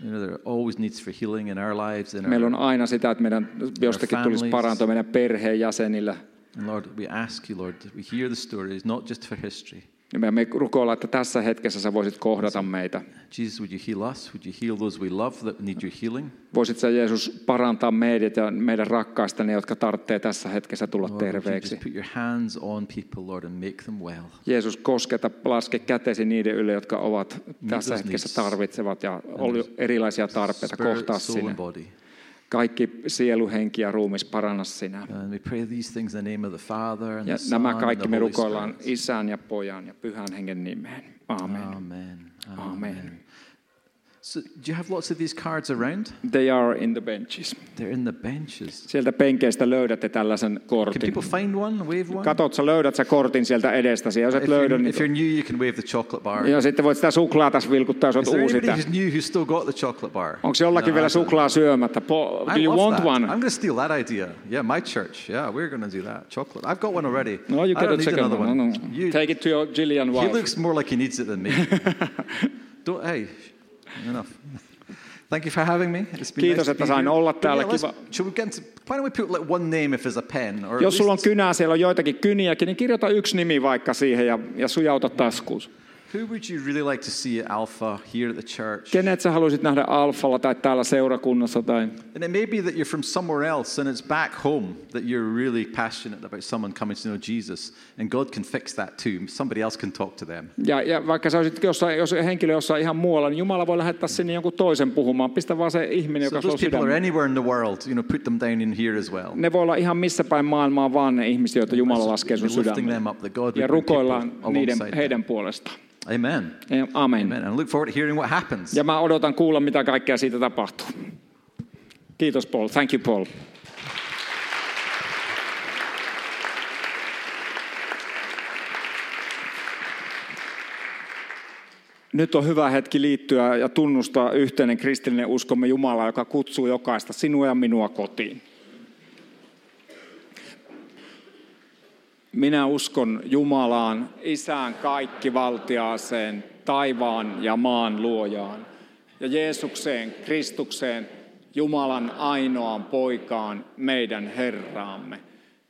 [SPEAKER 1] You know, there are always needs for healing in our lives. In our,
[SPEAKER 2] Meillä on aina sitä, että meidän jostakin tulisi
[SPEAKER 1] families.
[SPEAKER 2] parantua meidän perheenjäsenillä.
[SPEAKER 1] and Lord, we ask you, Lord, that we hear the stories, not just for history.
[SPEAKER 2] Ja niin me- me rukoillaan, että tässä hetkessä sä voisit kohdata meitä.
[SPEAKER 1] Jesus, would you heal us? Would you heal those we love that need your healing?
[SPEAKER 2] Voisit sä Jeesus parantaa meidät ja meidän rakkaista, ne jotka tarvitsee tässä hetkessä tulla
[SPEAKER 1] Lord, would you
[SPEAKER 2] terveeksi.
[SPEAKER 1] just put your hands on people, Lord, and make them well.
[SPEAKER 2] Jeesus, kosketa, laske kätesi niiden yle, jotka ovat tässä
[SPEAKER 1] Mitos
[SPEAKER 2] hetkessä
[SPEAKER 1] niissä?
[SPEAKER 2] tarvitsevat ja oli erilaisia tarpeita.
[SPEAKER 1] Spirit,
[SPEAKER 2] Kohtaa
[SPEAKER 1] soul,
[SPEAKER 2] sinä.
[SPEAKER 1] and body.
[SPEAKER 2] Kaikki sielu, henki ja ruumis paranna sinä.
[SPEAKER 1] And we pray these things in the name of the Father and
[SPEAKER 2] Ja
[SPEAKER 1] the Son
[SPEAKER 2] nämä
[SPEAKER 1] and
[SPEAKER 2] kaikki
[SPEAKER 1] the
[SPEAKER 2] me
[SPEAKER 1] Holy
[SPEAKER 2] rukoillaan
[SPEAKER 1] Spirit.
[SPEAKER 2] isän ja pojan ja pyhän hengen nimeen. Amen.
[SPEAKER 1] Amen.
[SPEAKER 2] Amen.
[SPEAKER 1] So, do you have lots of these cards around?
[SPEAKER 2] They are in the benches.
[SPEAKER 1] They're in the benches.
[SPEAKER 2] Sieltä penkeistä löydätte tällaisen
[SPEAKER 1] Can
[SPEAKER 2] kortin.
[SPEAKER 1] people find one? Wave one.
[SPEAKER 2] Katot, sä löydät sä kortin sieltä edestäsi. Jos et
[SPEAKER 1] If
[SPEAKER 2] löydä,
[SPEAKER 1] you're,
[SPEAKER 2] niin...
[SPEAKER 1] if you're new, you can wave the chocolate bar.
[SPEAKER 2] Ja sitten voit sitä suklaata vilkuttaa, jos
[SPEAKER 1] Is
[SPEAKER 2] oot
[SPEAKER 1] there
[SPEAKER 2] uusi.
[SPEAKER 1] anybody who's new who's still got the chocolate bar?
[SPEAKER 2] Onko jollakin
[SPEAKER 1] No,
[SPEAKER 2] vielä
[SPEAKER 1] I don't.
[SPEAKER 2] suklaa syömättä? Po,
[SPEAKER 1] I
[SPEAKER 2] do you
[SPEAKER 1] love
[SPEAKER 2] want
[SPEAKER 1] that.
[SPEAKER 2] one? No,
[SPEAKER 1] I'm going to steal that idea. Yeah, my church. Yeah, we're going to do that. Chocolate. I've got one already.
[SPEAKER 2] No, you
[SPEAKER 1] I don't
[SPEAKER 2] get a
[SPEAKER 1] need
[SPEAKER 2] second
[SPEAKER 1] another
[SPEAKER 2] one.
[SPEAKER 1] one.
[SPEAKER 2] No, no.
[SPEAKER 1] You-
[SPEAKER 2] Take it to your Gillian
[SPEAKER 1] he
[SPEAKER 2] wife.
[SPEAKER 1] looks more like he needs it than me. don't, hey, enough. Thank you for having me. It's been
[SPEAKER 2] Kiitos,
[SPEAKER 1] nice to
[SPEAKER 2] että
[SPEAKER 1] be
[SPEAKER 2] sain
[SPEAKER 1] here.
[SPEAKER 2] olla
[SPEAKER 1] But
[SPEAKER 2] täällä.
[SPEAKER 1] yeah, let's-
[SPEAKER 2] Kiva.
[SPEAKER 1] Should we get into, why don't we put like one name if there's a pen? Or at
[SPEAKER 2] Jos sulla on
[SPEAKER 1] least-
[SPEAKER 2] kynää, siellä on joitakin kyniäkin, niin kirjoita yksi nimi vaikka siihen ja, ja sujauta taskuun.
[SPEAKER 1] who would you really like to see at Alpha here at the church?
[SPEAKER 2] Kenet sä haluaisit nähdä alfalla tai täällä seurakunnassa? Tai...
[SPEAKER 1] And it may be that you're from somewhere else and it's back home that you're really passionate about someone coming to know Jesus. And God can fix that too. Somebody else can talk to them.
[SPEAKER 2] Ja, ja vaikka sä olisit jossain, jos henkilö jossain ihan muualla, niin Jumala voi lähettää sinne jonkun toisen puhumaan. Pistä vaan se ihminen,
[SPEAKER 1] So
[SPEAKER 2] joka
[SPEAKER 1] if
[SPEAKER 2] sulla on
[SPEAKER 1] those people are
[SPEAKER 2] sydämellä.
[SPEAKER 1] anywhere in the world, you know, put them down in here as well.
[SPEAKER 2] Ne voi olla ihan missä päin maailmaa vaan ne ihmiset, joita Jumala laskee sun
[SPEAKER 1] We're lifting
[SPEAKER 2] sydämelle.
[SPEAKER 1] them up, that God
[SPEAKER 2] Ja
[SPEAKER 1] would bring people
[SPEAKER 2] rukoillaan niiden,
[SPEAKER 1] alongside them.
[SPEAKER 2] heidän puolestaan.
[SPEAKER 1] Amen.
[SPEAKER 2] Ja- Amen.
[SPEAKER 1] Amen. And I look forward to hearing what happens.
[SPEAKER 2] Ja mä odotan kuulla, mitä kaikkea siitä tapahtuu. Kiitos Paul. Thank you Paul. Nyt on hyvä hetki liittyä ja tunnustaa yhteinen kristillinen uskomme Jumalaa, joka kutsuu jokaista sinua ja minua kotiin. Minä uskon Jumalaan, Isään kaikkivaltiaaseen, taivaan ja maan luojaan, ja Jeesukseen, Kristukseen, Jumalan ainoaan poikaan, meidän Herraamme,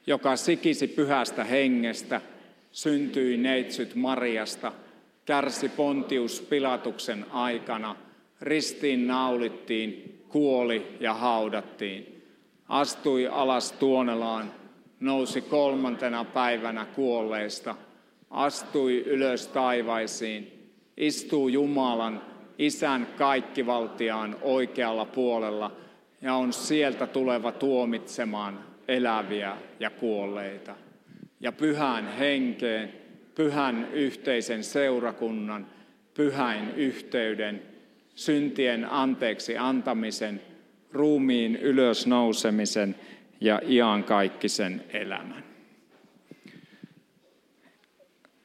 [SPEAKER 2] joka sikisi pyhästä hengestä, syntyi neitsyt Mariasta, kärsi Pontius Pilatuksen aikana, ristiin naulittiin, kuoli ja haudattiin astui alas tuonelaan, nousi kolmantena päivänä kuolleista, astui ylös taivaisiin, istuu Jumalan, Isän kaikkivaltiaan oikealla puolella ja on sieltä tuleva tuomitsemaan eläviä ja kuolleita. Ja pyhän henkeen, pyhän yhteisen seurakunnan, pyhän yhteyden, syntien anteeksi antamisen, ruumiin ylösnousemisen ja iankaikkisen elämän.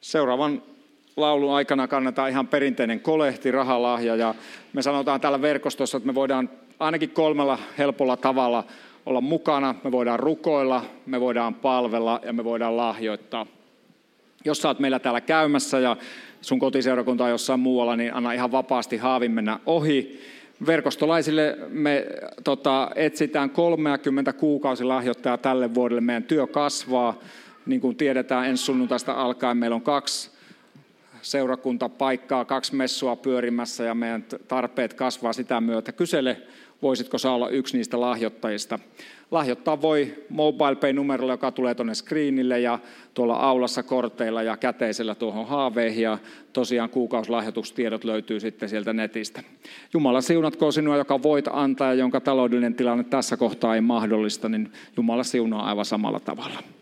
[SPEAKER 2] Seuraavan laulun aikana kannetaan ihan perinteinen kolehti, rahalahja ja me sanotaan täällä verkostossa, että me voidaan ainakin kolmella helpolla tavalla olla mukana. Me voidaan rukoilla, me voidaan palvella ja me voidaan lahjoittaa jos sä oot meillä täällä käymässä ja sun kotiseurakunta on jossain muualla, niin anna ihan vapaasti haavin mennä ohi. Verkostolaisille me tota, etsitään 30 kuukausilahjoittajaa tälle vuodelle. Meidän työ kasvaa. Niin kuin tiedetään, ensi sunnuntaista alkaen meillä on kaksi seurakuntapaikkaa, kaksi messua pyörimässä ja meidän tarpeet kasvaa sitä myötä. Kysele, voisitko sä olla yksi niistä lahjoittajista. Lahjoittaa voi MobilePay-numerolla, joka tulee tuonne screenille ja tuolla aulassa korteilla ja käteisellä tuohon haaveihin. Ja tosiaan kuukausilahjoitustiedot löytyy sitten sieltä netistä. Jumala siunatkoon sinua, joka voit antaa ja jonka taloudellinen tilanne tässä kohtaa ei mahdollista, niin Jumala siunaa aivan samalla tavalla.